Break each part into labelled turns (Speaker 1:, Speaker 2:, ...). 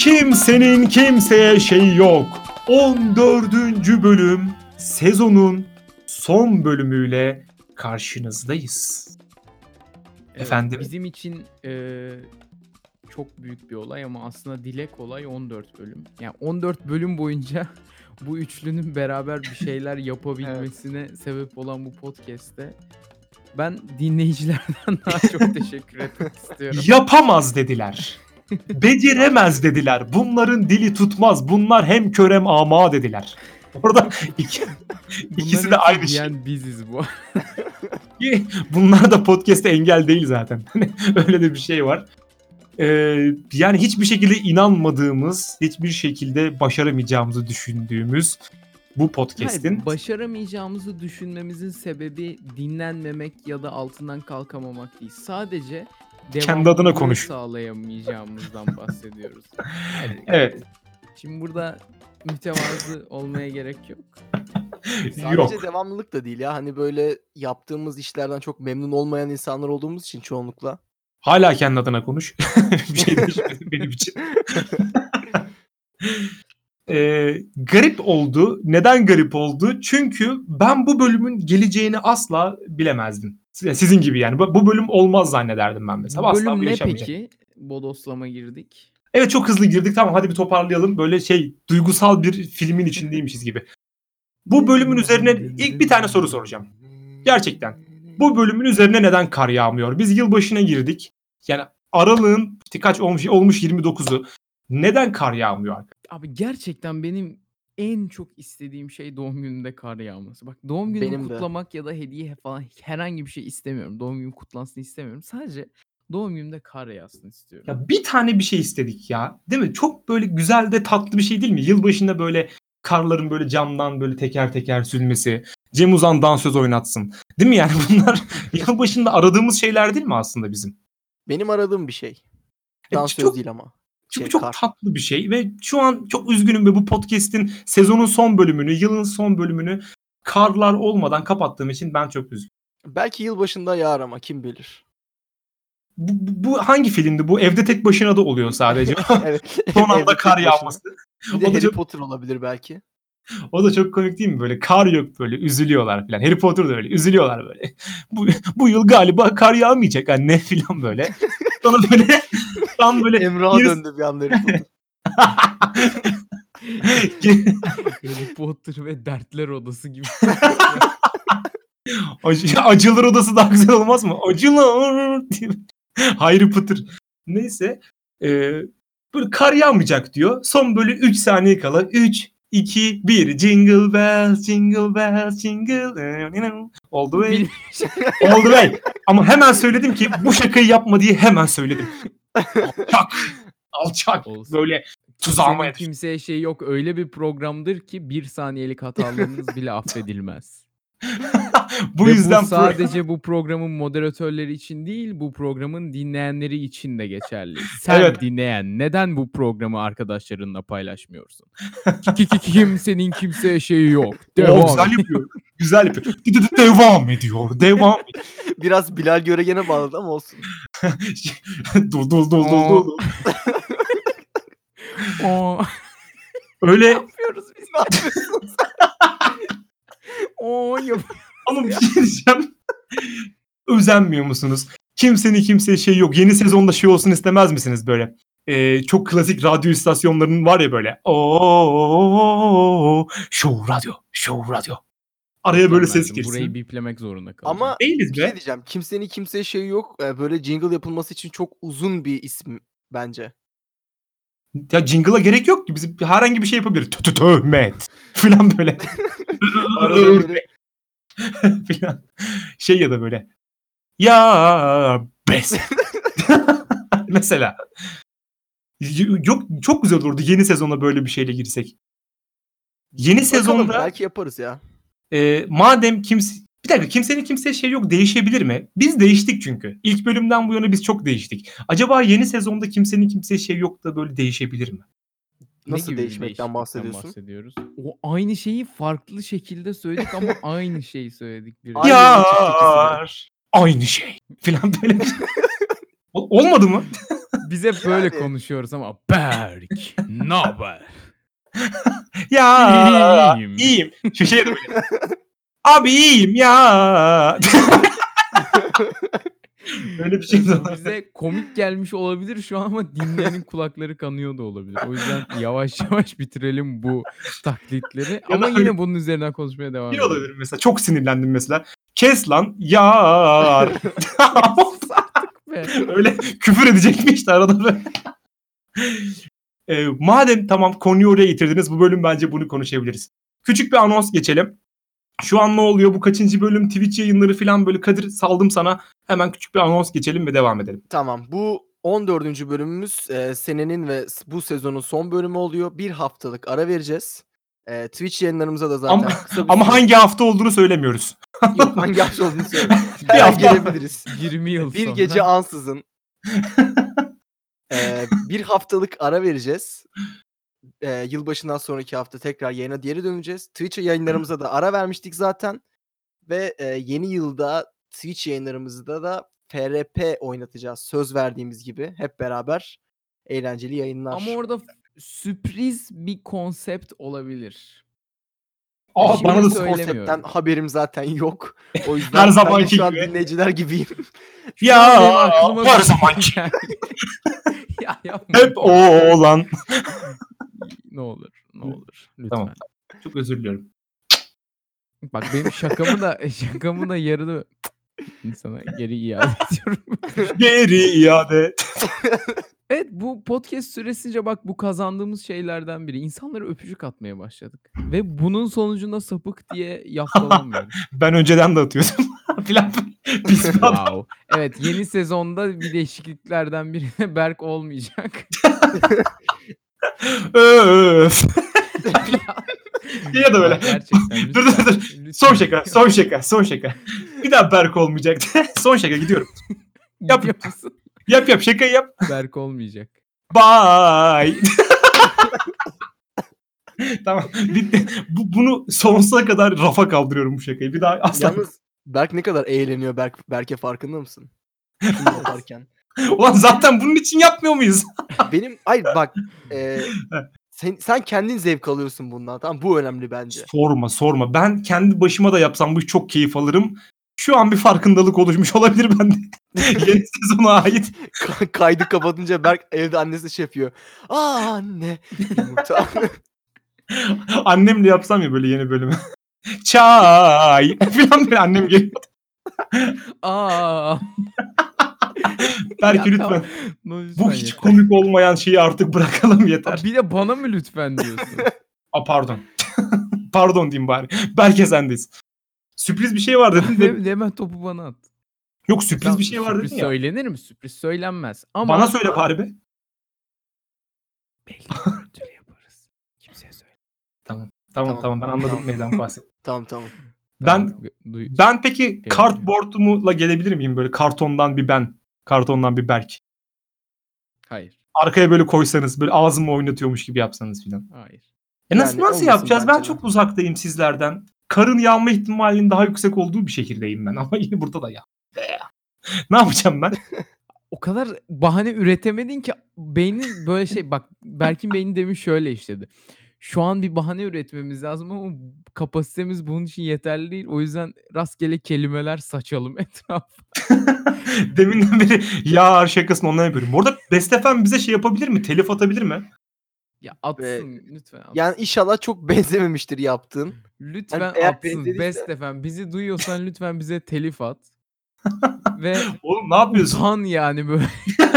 Speaker 1: Kimsenin kimseye şey yok. 14. bölüm sezonun son bölümüyle karşınızdayız.
Speaker 2: Evet,
Speaker 1: Efendim?
Speaker 2: Bizim için e, çok büyük bir olay ama aslında dile kolay 14 bölüm. Yani 14 bölüm boyunca bu üçlünün beraber bir şeyler yapabilmesine sebep olan bu podcast'te ben dinleyicilerden daha çok teşekkür etmek istiyorum.
Speaker 1: Yapamaz dediler. Beceremez dediler. Bunların dili tutmaz. Bunlar hem kör hem ama dediler. Orada iki, ikisi
Speaker 2: Bunların
Speaker 1: de
Speaker 2: hepsi
Speaker 1: aynı şey.
Speaker 2: diyen biziz bu.
Speaker 1: Ki Bunlar da podcast'e engel değil zaten. Hani Öyle de bir şey var. Ee, yani hiçbir şekilde inanmadığımız, hiçbir şekilde başaramayacağımızı düşündüğümüz bu podcast'in
Speaker 2: Hayır, başaramayacağımızı düşünmemizin sebebi dinlenmemek ya da altından kalkamamak değil. Sadece
Speaker 1: Kendi adına
Speaker 2: devamlılığını
Speaker 1: konuş.
Speaker 2: sağlayamayacağımızdan bahsediyoruz. Yani
Speaker 1: Evet.
Speaker 2: Şimdi burada mütevazı olmaya gerek yok.
Speaker 3: Sadece
Speaker 1: yok.
Speaker 3: devamlılık da değil ya. Hani böyle yaptığımız işlerden çok memnun olmayan insanlar olduğumuz için çoğunlukla.
Speaker 1: Hala kendi adına konuş. bir şey değişmedi benim için. Ee, garip oldu. Neden garip oldu? Çünkü ben bu bölümün geleceğini asla bilemezdim. Sizin gibi yani. Bu bu bölüm olmaz zannederdim ben mesela.
Speaker 2: Bu
Speaker 1: asla
Speaker 2: bölüm
Speaker 1: bu
Speaker 2: ne
Speaker 1: yaşamayacak.
Speaker 2: peki? Bodoslama girdik.
Speaker 1: Evet çok hızlı girdik tamam hadi bir toparlayalım. Böyle şey duygusal bir filmin içindeymişiz gibi. Bu bölümün üzerine ilk bir tane soru soracağım. Gerçekten. Bu bölümün üzerine neden kar yağmıyor? Biz yılbaşına girdik. Yani aralığın kaç olmuş, olmuş 29'u. Neden kar yağmıyor?
Speaker 2: Abi gerçekten benim en çok istediğim şey doğum gününde kar yağması. Bak doğum günümü
Speaker 3: Benim de.
Speaker 2: kutlamak ya da hediye falan herhangi bir şey istemiyorum. Doğum günüm kutlansın istemiyorum. Sadece doğum günümde kar yağsın istiyorum.
Speaker 1: Ya bir tane bir şey istedik ya. Değil mi? Çok böyle güzel de tatlı bir şey değil mi? Yılbaşında böyle karların böyle camdan böyle teker teker sülmesi. Cem Uzan dansöz oynatsın. Değil mi yani bunlar yılbaşında aradığımız şeyler değil mi aslında bizim?
Speaker 3: Benim aradığım bir şey.
Speaker 1: E,
Speaker 3: Dansöz
Speaker 1: çok-
Speaker 3: değil ama.
Speaker 1: Çünkü
Speaker 3: Şey,
Speaker 1: çok
Speaker 3: kar.
Speaker 1: tatlı bir şey ve şu an çok üzgünüm ve bu podcast'in sezonun son bölümünü, yılın son bölümünü karlar olmadan kapattığım için ben çok üzgünüm.
Speaker 3: Belki yılbaşında yağar ama kim bilir.
Speaker 1: Bu, bu bu hangi filmdi? Bu evde tek başına da oluyor sadece.
Speaker 3: Evet.
Speaker 1: son
Speaker 3: Evde
Speaker 1: anda
Speaker 3: tek
Speaker 1: kar
Speaker 3: başına.
Speaker 1: yağması.
Speaker 3: Bir de
Speaker 1: O da
Speaker 3: Harry
Speaker 1: çok-
Speaker 3: Potter olabilir belki.
Speaker 1: O da çok komik değil mi? Böyle kar yok böyle üzülüyorlar falan. Harry Potter da öyle üzülüyorlar böyle. Bu, bu yıl galiba kar yağmayacak anne falan böyle. Sonra böyle tam böyle
Speaker 3: Emrah'a
Speaker 1: Birisi-
Speaker 3: döndü bir anda Harry Potter.
Speaker 2: Harry Potter ve Dertler Odası gibi.
Speaker 1: Acı- Acılar odası daha güzel olmaz mı? Acılar diye. Hayri Pıtır. Neyse. e, böyle kar yağmayacak diyor. Son böyle 3 saniye kala. 3, 2, 1. Jingle bells, jingle bells, jingle. All the way. All the way. Ama hemen söyledim ki bu şakayı yapma diye hemen söyledim. Alçak. Alçak.
Speaker 2: Olsun.
Speaker 1: Böyle tuzağıma
Speaker 2: Senin
Speaker 1: yatış.
Speaker 2: kimseye şey yok. Öyle bir programdır ki bir saniyelik hatalarınız bile affedilmez.
Speaker 1: Bu
Speaker 2: Ve
Speaker 1: yüzden
Speaker 2: bu sadece bu programın moderatörleri için değil, bu programın dinleyenleri için de geçerli. Sen
Speaker 1: Evet.
Speaker 2: dinleyen neden bu programı arkadaşlarınla paylaşmıyorsun? Ki- ki- ki- Kimsenin kimseye şeyi yok.
Speaker 1: Devam.
Speaker 2: Devam.
Speaker 1: güzel yapıyor. Güzel yapıyor. Devam ediyor. Devam
Speaker 3: Biraz Bilal Göregen'e bağladı ama olsun.
Speaker 1: dul dul dul dul
Speaker 2: Aa.
Speaker 1: dul. dul.
Speaker 2: Aa,
Speaker 1: Öyle
Speaker 2: yapıyoruz biz. Aa, yap-
Speaker 1: ama bir şey diyeceğim. Özenmiyor musunuz? Kimsenin kimseye şey yok. Yeni sezonda şey olsun istemez misiniz böyle? Ee, çok klasik radyo istasyonlarının var ya böyle. Oo, Show radyo, show radyo. Araya böyle ses
Speaker 2: Verdim,
Speaker 1: girsin.
Speaker 2: Burayı biplemek zorunda kalacağım.
Speaker 3: Ama
Speaker 1: Değiliz
Speaker 3: bir şey
Speaker 1: be.
Speaker 3: diyeceğim. Kimsenin kimseye şey yok. Ee, Böyle jingle yapılması için çok uzun bir isim bence.
Speaker 1: Ya jingle'a gerek yok ki. Biz herhangi bir şey yapabiliriz. Tö tö töhmet. Falan böyle.
Speaker 3: Arada böyle
Speaker 1: Falan. Şey ya da böyle. Ya bes. Mesela. Y- Yok çok güzel olurdu yeni sezona böyle bir şeyle girsek. Yeni
Speaker 3: Bakalım,
Speaker 1: sezonda
Speaker 3: belki yaparız ya.
Speaker 1: e, madem kimse bir dakika kimsenin kimseye şey yok değişebilir mi? Biz değiştik çünkü. İlk bölümden bu yana biz çok değiştik. Acaba yeni sezonda kimsenin kimseye şey yok da böyle değişebilir mi?
Speaker 2: Ne
Speaker 3: Nasıl
Speaker 2: gibi bir
Speaker 3: değişmekten
Speaker 2: değişiklikten
Speaker 3: bahsediyorsun?
Speaker 2: bahsediyoruz? O aynı şeyi farklı şekilde söyledik ama aynı şeyi söyledik. Bir
Speaker 3: Aynı
Speaker 1: ya
Speaker 3: yolun çıktısı.
Speaker 1: aynı şey. Falan böyle. bir şey. Ol- Olmadı mı?
Speaker 2: Biz hep böyle
Speaker 3: Yani.
Speaker 2: konuşuyoruz ama Berk, ne haber?
Speaker 1: Ya
Speaker 2: İyiyim.
Speaker 1: iyiyim. Şu şey de böyle. Abi iyiyim ya. Böyle bir şey de var.
Speaker 2: Bize komik gelmiş olabilir şu an ama dinleyenin kulakları kanıyor da olabilir. O yüzden yavaş yavaş bitirelim bu taklitleri.
Speaker 1: Ya
Speaker 2: Ama
Speaker 1: da-
Speaker 2: yine bunun üzerinden konuşmaya devam
Speaker 1: Bir
Speaker 2: edelim.
Speaker 1: olabilir mesela. Çok sinirlendim mesela. Kes lan yar.
Speaker 2: Ve
Speaker 1: Öyle küfür edecekmiş de arada böyle. Ee, madem tamam konuyu oraya getirdiniz bu bölüm bence bunu konuşabiliriz. Küçük bir anons geçelim. Şu an ne oluyor bu kaçıncı bölüm Twitch yayınları falan böyle Kadir saldım sana. Hemen küçük bir anons geçelim ve devam edelim.
Speaker 3: Tamam bu 14. bölümümüz e, senenin ve s- bu sezonun son bölümü oluyor. Bir haftalık ara vereceğiz. E, Twitch yayınlarımıza da zaten
Speaker 1: Ama-
Speaker 3: kısa bir
Speaker 1: Ama
Speaker 3: süre-
Speaker 1: hangi hafta olduğunu söylemiyoruz.
Speaker 3: Yok, hangi hafta olduğunu söyle.
Speaker 1: Bir
Speaker 3: Her an
Speaker 1: hafta.
Speaker 3: gelebiliriz.
Speaker 2: 20 yıl
Speaker 3: Bir
Speaker 2: sonra.
Speaker 3: gece ansızın. Ee, bir haftalık ara vereceğiz. Ee, yılbaşından sonraki hafta tekrar yayına geri döneceğiz. Twitch yayınlarımıza da ara vermiştik zaten. Ve e, yeni yılda Twitch yayınlarımızda da FRP oynatacağız. Söz verdiğimiz gibi hep beraber eğlenceli yayınlar.
Speaker 2: Ama orada f- sürpriz bir konsept olabilir.
Speaker 1: Aa,
Speaker 2: Şimdi
Speaker 1: bana da
Speaker 2: söyle-
Speaker 3: konseptten
Speaker 2: şey söylemiyorum.
Speaker 3: haberim zaten yok. O yüzden
Speaker 1: Her
Speaker 3: ben de
Speaker 1: zamanki
Speaker 3: şu an
Speaker 1: gibi.
Speaker 3: dinleyiciler gibiyim.
Speaker 2: Şu
Speaker 1: Ya,
Speaker 2: an benim aklıma
Speaker 1: her
Speaker 2: bir- şey
Speaker 1: zamanki.
Speaker 2: ya yapma.
Speaker 1: hep o olan.
Speaker 2: Ne olur, ne olur. Lütfen.
Speaker 1: Tamam. Çok özür diliyorum.
Speaker 2: Bak benim şakamı da şakamı da yarıda insana geri iade ediyorum.
Speaker 1: Geri iade.
Speaker 2: Evet bu podcast süresince bak bu kazandığımız şeylerden biri. İnsanlara öpücük atmaya başladık. Ve bunun sonucunda sapık diye yaftalanmıyoruz.
Speaker 1: Ben önceden de atıyordum. Filan. Pis bir adam.
Speaker 2: wow. Evet yeni sezonda bir değişikliklerden biri de Berk olmayacak.
Speaker 1: Öf. Ya da böyle.
Speaker 2: Bak,
Speaker 1: Dur,
Speaker 2: Gerçekten.
Speaker 1: dur,
Speaker 2: lütfen, lütfen.
Speaker 1: Son şey şaka, son şaka, son şaka. Bir daha Berk olmayacak. son şaka gidiyorum. yap.
Speaker 2: Gidiyor musun?
Speaker 1: Yap yap şakayı yap.
Speaker 2: Berk olmayacak.
Speaker 1: Bye. tamam. Bitti. Bu, bunu sonsuza kadar rafa kaldırıyorum bu şakayı. Bir daha asla.
Speaker 3: Yalnız Berk ne kadar eğleniyor Berk Berk'e farkında mısın? Şimdi yaparken.
Speaker 1: Ulan zaten bunun için yapmıyor muyuz?
Speaker 3: Benim hayır bak e, sen, sen kendin zevk alıyorsun bundan tamam bu önemli bence.
Speaker 1: sorma sorma. Ben kendi başıma da yapsam bu işi çok keyif alırım. Şu an bir farkındalık oluşmuş olabilir bende. Yeni sezona ait.
Speaker 3: Ka- Kaydı kapatınca Berk evde annesi şey yapıyor. Aa anne. yumurta."
Speaker 1: Annemle yapsam ya böyle yeni bölümü. Çay falan böyle annem geliyor.
Speaker 2: Aa. Ya
Speaker 1: Berk lütfen.
Speaker 2: tamam. No, lütfen
Speaker 1: Bu hiç
Speaker 2: yeter.
Speaker 1: komik olmayan şeyi artık bırakalım
Speaker 2: Aa,
Speaker 1: yeter.
Speaker 2: Bir de bana mı lütfen diyorsun?
Speaker 1: Aa, pardon. pardon diyeyim bari. Berke sendeyiz. Sürpriz bir şey var dedin de.
Speaker 2: Hemen hemen topu bana at.
Speaker 1: Yok sürpriz
Speaker 2: Tamam,
Speaker 1: bir şey var
Speaker 2: sürpriz
Speaker 1: dedin ya.
Speaker 2: Söylenir mi? Sürpriz söylenmez. Ama
Speaker 1: Bana söyle bari be.
Speaker 2: Belli bir ölçüde yaparız. Kimseye söyle.
Speaker 1: Tamam
Speaker 3: Tamam.
Speaker 1: tamam ben anladım neyden bahsettim.
Speaker 3: tamam tamam.
Speaker 1: Ben-
Speaker 2: Tamam, duy-
Speaker 1: Ben peki kartboardumla gelebilir miyim böyle kartondan bir ben, kartondan bir Berk.
Speaker 2: Hayır.
Speaker 1: Arkaya böyle koysanız böyle ağzımı oynatıyormuş gibi yapsanız filan.
Speaker 2: Hayır.
Speaker 1: E nasıl
Speaker 3: Yani
Speaker 1: nasıl
Speaker 3: olmasın
Speaker 1: yapacağız? Ben
Speaker 3: bence de.
Speaker 1: çok uzaktayım sizlerden. Karın yağma ihtimalinin daha yüksek olduğu bir şehirdeyim ben ama yine burada da ya. ne yapacağım ben?
Speaker 2: O kadar bahane üretemedin ki beynin böyle şey bak Berk'in beyni demin şöyle işledi. Şu an bir bahane üretmemiz lazım ama kapasitemiz bunun için yeterli değil. O yüzden rastgele kelimeler saçalım etrafa.
Speaker 1: Deminden beri ya şakasını ondan yapıyorum. Orada Bestefen bize şey yapabilir mi? Telif atabilir mi?
Speaker 2: Ya atsın lütfen. Atsın.
Speaker 3: Yani inşallah çok benzememiştir yaptığın.
Speaker 2: lütfen
Speaker 3: eğer
Speaker 2: atsın.
Speaker 3: benzeriyse-
Speaker 2: Best efendim. Bizi duyuyorsan lütfen bize telif at. Ve
Speaker 1: Oğlum ne yapıyorsun?
Speaker 2: utan yani böyle.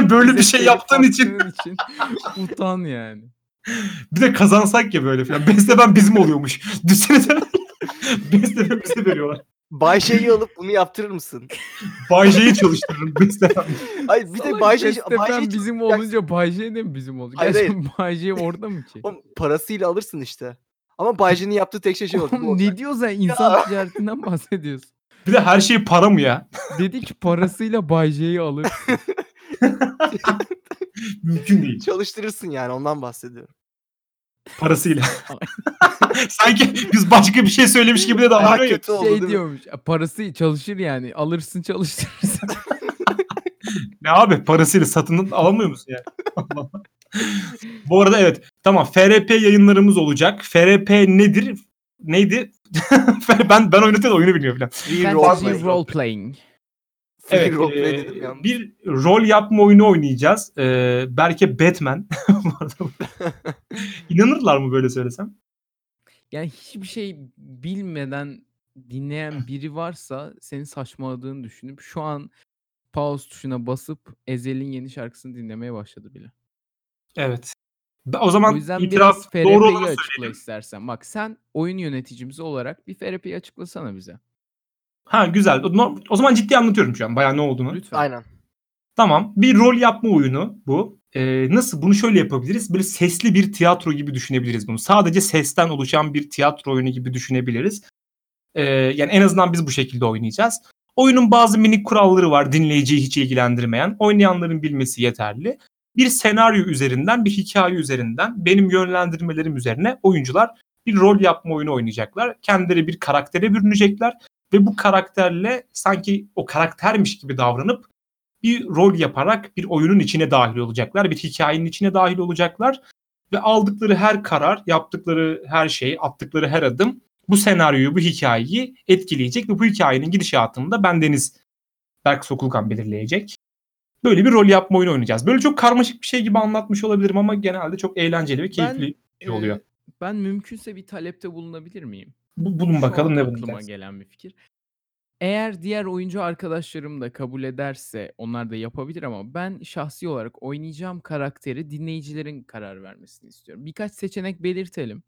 Speaker 1: böyle bir
Speaker 2: bize
Speaker 1: şey
Speaker 2: telif
Speaker 1: yaptığın için.
Speaker 2: attığın için utan yani.
Speaker 1: Bir de kazansak ya böyle falan. Bestefen bizim oluyormuş. Düşünsene. Bestefen bize veriyorlar.
Speaker 3: Bayşe'yi alıp bunu yaptırır mısın?
Speaker 1: Bayje'yi çalıştırırım Bestefen.
Speaker 3: Hayır bir de
Speaker 2: Salak
Speaker 3: Bayşe
Speaker 2: Bestefen
Speaker 3: Bayşe'yi
Speaker 2: bizim
Speaker 3: çalıştıracaksın.
Speaker 2: olunca Bayşe de mi bizim oldu?
Speaker 3: Hayır, hayır.
Speaker 2: Gerçekten Bayşe orada mı ki?
Speaker 3: Oğlum, parasıyla alırsın işte. Ama Bayşe'nin yaptığı tek şey şey oldu. bu
Speaker 2: Oğlum
Speaker 3: oldu.
Speaker 2: ne diyorsun sen? İnsan ticaretinden bahsediyorsun.
Speaker 1: Bir de her şey para mı ya?
Speaker 2: Dedi ki parasıyla Bayşe'yi alır.
Speaker 1: Mümkün değil.
Speaker 3: Çalıştırırsın yani ondan bahsediyorum.
Speaker 1: Parasıyla. Sanki biz başka bir şey söylemiş gibi de
Speaker 3: Daha
Speaker 1: davranıyor. ya.
Speaker 3: kötü oldu
Speaker 2: şey
Speaker 3: değil mi?
Speaker 2: diyormuş. "E, Parası çalışır yani. Alırsın çalıştırırsın.
Speaker 1: Ne abi parasıyla satın alamıyor musun yani? Allah Allah. Bu arada evet tamam FRP yayınlarımız olacak. FRP nedir? Neydi? ben ben oynatıyor da oyunu bilmiyorum falan.
Speaker 3: Free
Speaker 2: Fantasy
Speaker 3: roleplay.
Speaker 2: role playing.
Speaker 3: Free
Speaker 1: Evet,
Speaker 3: roleplay
Speaker 1: e,
Speaker 3: dedim yalnız.
Speaker 1: bir rol yapma oyunu oynayacağız. E, Berke Batman. Bu arada- İnanırlar mı böyle söylesem?
Speaker 2: Yani hiçbir şey bilmeden dinleyen biri varsa seni saçmaladığını düşünüp şu an pause tuşuna basıp Ezel'in yeni şarkısını dinlemeye başladı bile.
Speaker 1: Evet. Ben- O zaman
Speaker 2: o yüzden biraz
Speaker 1: itiraf doğru
Speaker 2: FRP'yi
Speaker 1: olanı
Speaker 2: açıkla istersen. Bak sen oyun yöneticimiz olarak bir FRP'yi açıklasana bize.
Speaker 1: Ha güzel. O- no- O zaman ciddi anlatıyorum şu an bayağı ne olduğunu.
Speaker 2: Lütfen.
Speaker 3: Aynen.
Speaker 1: Tamam. Bir rol yapma oyunu bu. Ee, nasıl? Bunu şöyle yapabiliriz. Böyle sesli bir tiyatro gibi düşünebiliriz bunu. Sadece sesten oluşan bir tiyatro oyunu gibi düşünebiliriz. Ee, yani en azından biz bu şekilde oynayacağız. Oyunun bazı minik kuralları var dinleyiciyi hiç ilgilendirmeyen. Oynayanların bilmesi yeterli. Bir senaryo üzerinden, bir hikaye üzerinden, benim yönlendirmelerim üzerine oyuncular bir rol yapma oyunu oynayacaklar. Kendileri bir karaktere bürünecekler ve bu karakterle sanki o karaktermiş gibi davranıp bir rol yaparak bir oyunun içine dahil olacaklar, bir hikayenin içine dahil olacaklar ve aldıkları her karar, yaptıkları her şey, attıkları her adım bu senaryoyu, bu hikayeyi etkileyecek ve bu hikayenin gidişatını da bendeniz Berk Sokulkan belirleyecek. Böyle bir rol yapma oyunu oynayacağız. Böyle çok karmaşık bir şey gibi anlatmış olabilirim ama genelde çok eğlenceli ve keyifli bir şey oluyor.
Speaker 2: Ee, ben mümkünse bir talepte bulunabilir miyim?
Speaker 1: Bu, bulun
Speaker 2: Şu
Speaker 1: bakalım
Speaker 2: an
Speaker 1: ne
Speaker 2: aklıma
Speaker 1: bulacağız.
Speaker 2: gelen bir fikir. Eğer diğer oyuncu arkadaşlarım da kabul ederse onlar da yapabilir ama ben şahsi olarak oynayacağım karakteri dinleyicilerin karar vermesini istiyorum. Birkaç seçenek belirtelim.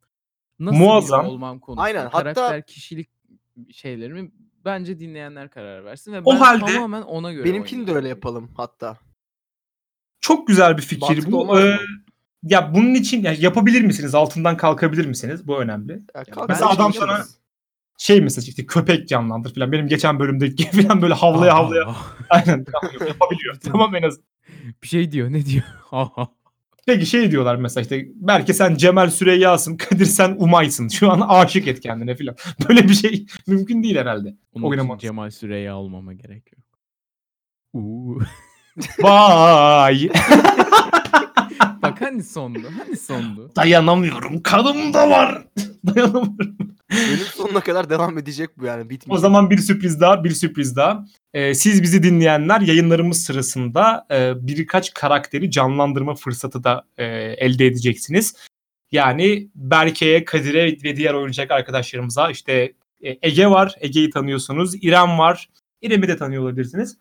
Speaker 2: Nasıl biri
Speaker 1: Muazzam.
Speaker 2: olmam konusunda
Speaker 3: Aynen, hatta-
Speaker 2: karakter kişilik şeylerimi bence dinleyenler karar versin ve ben
Speaker 1: O halde
Speaker 2: tamamen ona göre
Speaker 3: Benimkini de
Speaker 2: oynayacağım.
Speaker 3: öyle yapalım hatta.
Speaker 1: Çok güzel bir fikir
Speaker 3: Mantıklı
Speaker 1: bu.
Speaker 3: olmaz mı?
Speaker 1: Ee, ya bunun için ya yapabilir misiniz? Altından kalkabilir misiniz? Bu önemli.
Speaker 3: Ya
Speaker 2: ben
Speaker 3: kalk,
Speaker 1: mesela
Speaker 3: sen
Speaker 1: adam
Speaker 3: şey
Speaker 1: sana-
Speaker 3: yaparız.
Speaker 1: şey mesela işte köpek canlandır falan. Benim geçen bölümdeki falan böyle havlaya havlaya aynen yapıyor, yapabiliyor. tamam en azından.
Speaker 2: bir şey diyor ne diyor?
Speaker 1: Peki şey diyorlar mesela işte belki sen Cemal Süreyya'sın, Kadir sen Umay'sın. Şu an aşık et kendine falan. Böyle bir şey mümkün değil herhalde.
Speaker 2: Onun için
Speaker 1: Oynamaz.
Speaker 2: Cemal Süreya olmama gerek yok. Uuu.
Speaker 1: Vay
Speaker 2: Bak hani sondu? Hani sondu?
Speaker 1: dayanamıyorum kanımda var. dayanamıyorum.
Speaker 3: Bölüm sonuna kadar devam edecek bu yani bitmeyecek.
Speaker 1: O zaman bir sürpriz daha bir sürpriz daha. Ee, siz bizi dinleyenler yayınlarımız sırasında e, birkaç karakteri canlandırma fırsatı da e, elde edeceksiniz. Yani Berke'ye, Kadir'e ve diğer oynayacak arkadaşlarımıza işte e, Ege var, Ege'yi tanıyorsunuz, İrem var, İrem'i de tanıyor olabilirsiniz.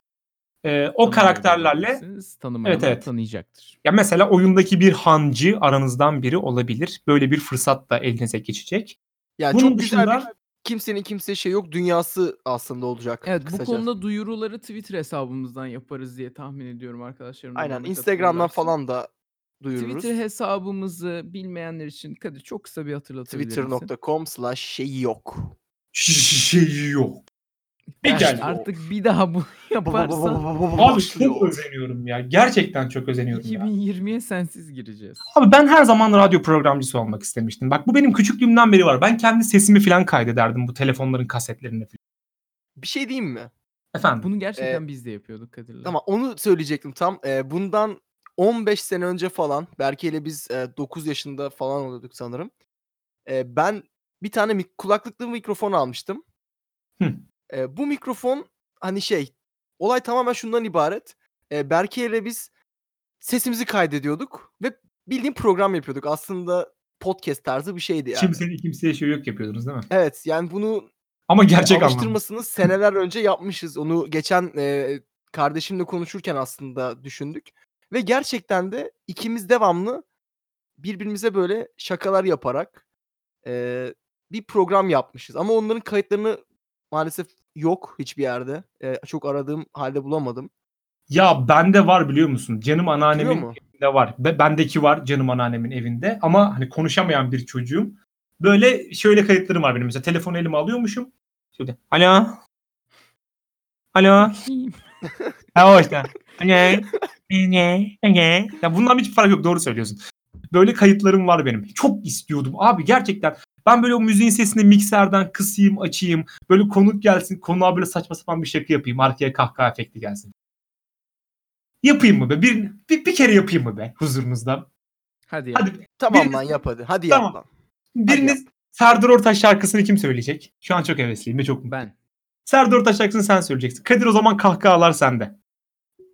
Speaker 1: E, o
Speaker 2: Tanımıyor
Speaker 1: karakterlerle
Speaker 2: olabilirsiniz, Tanımayanlar
Speaker 1: Evet, evet.
Speaker 2: tanıyacaktır.
Speaker 1: ya mesela oyundaki bir hancı aranızdan biri olabilir. Böyle bir fırsat da elinize geçecek.
Speaker 3: yani
Speaker 1: Bunun
Speaker 3: çok güzel
Speaker 1: dışında
Speaker 3: bir kimsenin kimseye şey yok dünyası aslında olacak.
Speaker 2: Evet bu
Speaker 3: kısaca.
Speaker 2: konuda duyuruları Twitter hesabımızdan yaparız diye tahmin ediyorum arkadaşlarım. da
Speaker 3: Aynen
Speaker 2: bana
Speaker 3: Instagram'dan
Speaker 2: katılırlarsa.
Speaker 3: falan da duyururuz.
Speaker 2: Twitter hesabımızı bilmeyenler için Kadir çok kısa bir hatırlatabilir misin?
Speaker 3: Twitter.com slash şey yok.
Speaker 1: Şey yok.
Speaker 2: Yani
Speaker 1: Pekala.
Speaker 2: Artık bir daha bunu yaparsan
Speaker 1: Abi
Speaker 3: Başlıyor.
Speaker 1: çok özeniyorum ya. Gerçekten çok özeniyorum ya.
Speaker 2: 2020'ye sensiz gireceğiz.
Speaker 1: Abi ben her zaman radyo programcısı olmak istemiştim. Bak bu benim küçüklüğümden beri var. Ben kendi sesimi falan kaydederdim bu telefonların kasetlerini falan.
Speaker 3: Bir şey diyeyim mi?
Speaker 1: Efendim.
Speaker 2: Bunu gerçekten biz de yapıyorduk Kadir'le.
Speaker 3: Tamam onu söyleyecektim tam. Ee, bundan 15 sene önce falan belki ile biz e, 9 yaşında falan oluyorduk sanırım. Ee, ben bir tane mik- kulaklıklı mikrofon almıştım.
Speaker 1: Hı.
Speaker 3: Ee, bu mikrofon hani şey olay tamamen şundan ibaret. Ee, Berke ile biz sesimizi kaydediyorduk ve bildiğim program yapıyorduk. Aslında podcast tarzı bir şeydi yani.
Speaker 1: Kimsenin kimseye şey yok yapıyordunuz değil mi?
Speaker 3: Evet yani bunu
Speaker 1: Ama gerçek anlamda.
Speaker 3: alıştırmasını seneler önce yapmışız. Onu geçen e, kardeşimle konuşurken aslında düşündük. Ve gerçekten de ikimiz devamlı birbirimize böyle şakalar yaparak e, bir program yapmışız. Ama onların kayıtlarını maalesef yok hiçbir yerde. E, çok aradığım halde bulamadım.
Speaker 1: Ya bende var biliyor musun? Canım
Speaker 4: Hani
Speaker 3: Duruyor
Speaker 1: anneannemin
Speaker 3: mu?
Speaker 1: evinde var. Be- bendeki var canım anneannemin evinde. Ama hani konuşamayan bir çocuğum. Böyle şöyle kayıtlarım var benim. Mesela telefonu elime alıyormuşum. Şöyle. Alo. Alo. Ha o işte. Ne? Ne? Ne? Ya bundan hiçbir fark yok doğru söylüyorsun. Böyle kayıtlarım var benim. Çok istiyordum abi gerçekten. Ben böyle o müziğin sesini mikserden kısayım açayım. Böyle konuk gelsin konuğa böyle saçma sapan bir şarkı yapayım. Arkaya kahkaha efekti gelsin.
Speaker 4: Yapayım mı be? Bir, bir, bir kere yapayım mı be huzurunuzda?
Speaker 2: Hadi,
Speaker 4: Hadi
Speaker 2: ya.
Speaker 3: Tamam
Speaker 4: Biriniz-
Speaker 3: lan yap hadi. Hadi
Speaker 4: Tamam.
Speaker 3: yap lan.
Speaker 4: Biriniz Serdar Ortaç şarkısını kim söyleyecek? Şu an çok hevesliyim ve çok mutluyum.
Speaker 2: ben.
Speaker 4: Serdar Ortaç şarkısını sen söyleyeceksin. Kadir o zaman kahkahalar sende.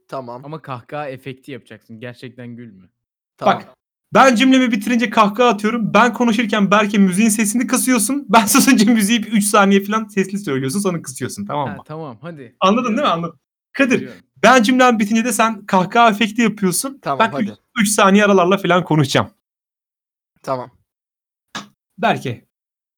Speaker 3: Tamam.
Speaker 2: Ama kahkaha efekti yapacaksın. Gerçekten gülme.
Speaker 3: tamam.
Speaker 4: Bak ben cümlemi bitirince kahkaha atıyorum. Ben konuşurken Berke müziğin sesini kısıyorsun. Ben susunca müziği 3 saniye falan sesli söylüyorsun sonra kısıyorsun tamam mı?
Speaker 2: Ha, tamam hadi.
Speaker 4: Anladın değil mi? Anladın. Kadir
Speaker 2: Biliyorum.
Speaker 4: ben cümlem bitince de sen kahkaha efekti yapıyorsun.
Speaker 3: Tamam,
Speaker 4: ben
Speaker 3: hadi.
Speaker 4: 3 saniye aralarla falan konuşacağım.
Speaker 3: Tamam.
Speaker 4: Berke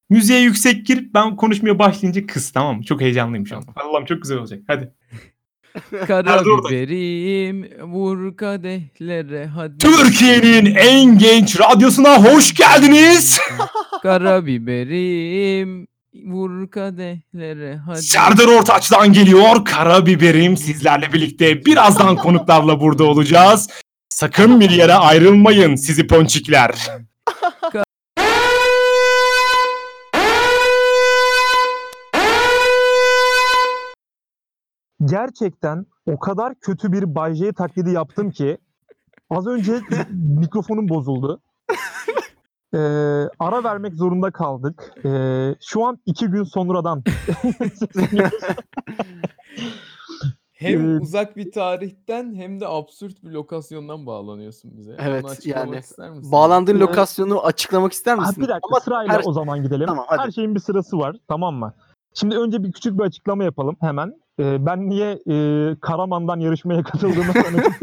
Speaker 4: müziğe yüksek gir ben konuşmaya başlayınca kıs tamam mı? Çok heyecanlıyım şu an.
Speaker 2: Tamam.
Speaker 4: Allah'ım çok güzel olacak hadi.
Speaker 2: Karabiberim vur kadehlere hadi.
Speaker 4: Türkiye'nin en genç radyosuna hoş geldiniz.
Speaker 2: Karabiberim vur kadehlere hadi.
Speaker 4: Serdar Ortaç'tan geliyor. Karabiberim sizlerle birlikte birazdan konuklarla burada olacağız. Sakın bir yere ayrılmayın sizi ponçikler. Gerçekten o kadar kötü bir Bay J taklidi yaptım ki az önce mikrofonum bozuldu. Ee, ara vermek zorunda kaldık. Ee, şu an iki gün sonradan
Speaker 2: Hem
Speaker 4: Ee,
Speaker 2: uzak bir tarihten hem de absürt bir lokasyondan bağlanıyorsun bize. Bunu
Speaker 3: Evet,
Speaker 2: açıklamak
Speaker 3: yani
Speaker 2: ister misin?
Speaker 3: Bağlandığın
Speaker 4: Ya-
Speaker 3: lokasyonu açıklamak ister
Speaker 4: Ha,
Speaker 3: misin?
Speaker 4: bir dakika
Speaker 3: Ama
Speaker 4: sırayla
Speaker 3: her-
Speaker 4: o zaman gidelim.
Speaker 3: Tamam, hadi.
Speaker 4: Her şeyin bir sırası var tamam mı? Şimdi önce bir küçük bir açıklama yapalım hemen. Ee, ben niye e, Karaman'dan yarışmaya katıldığımı sanırım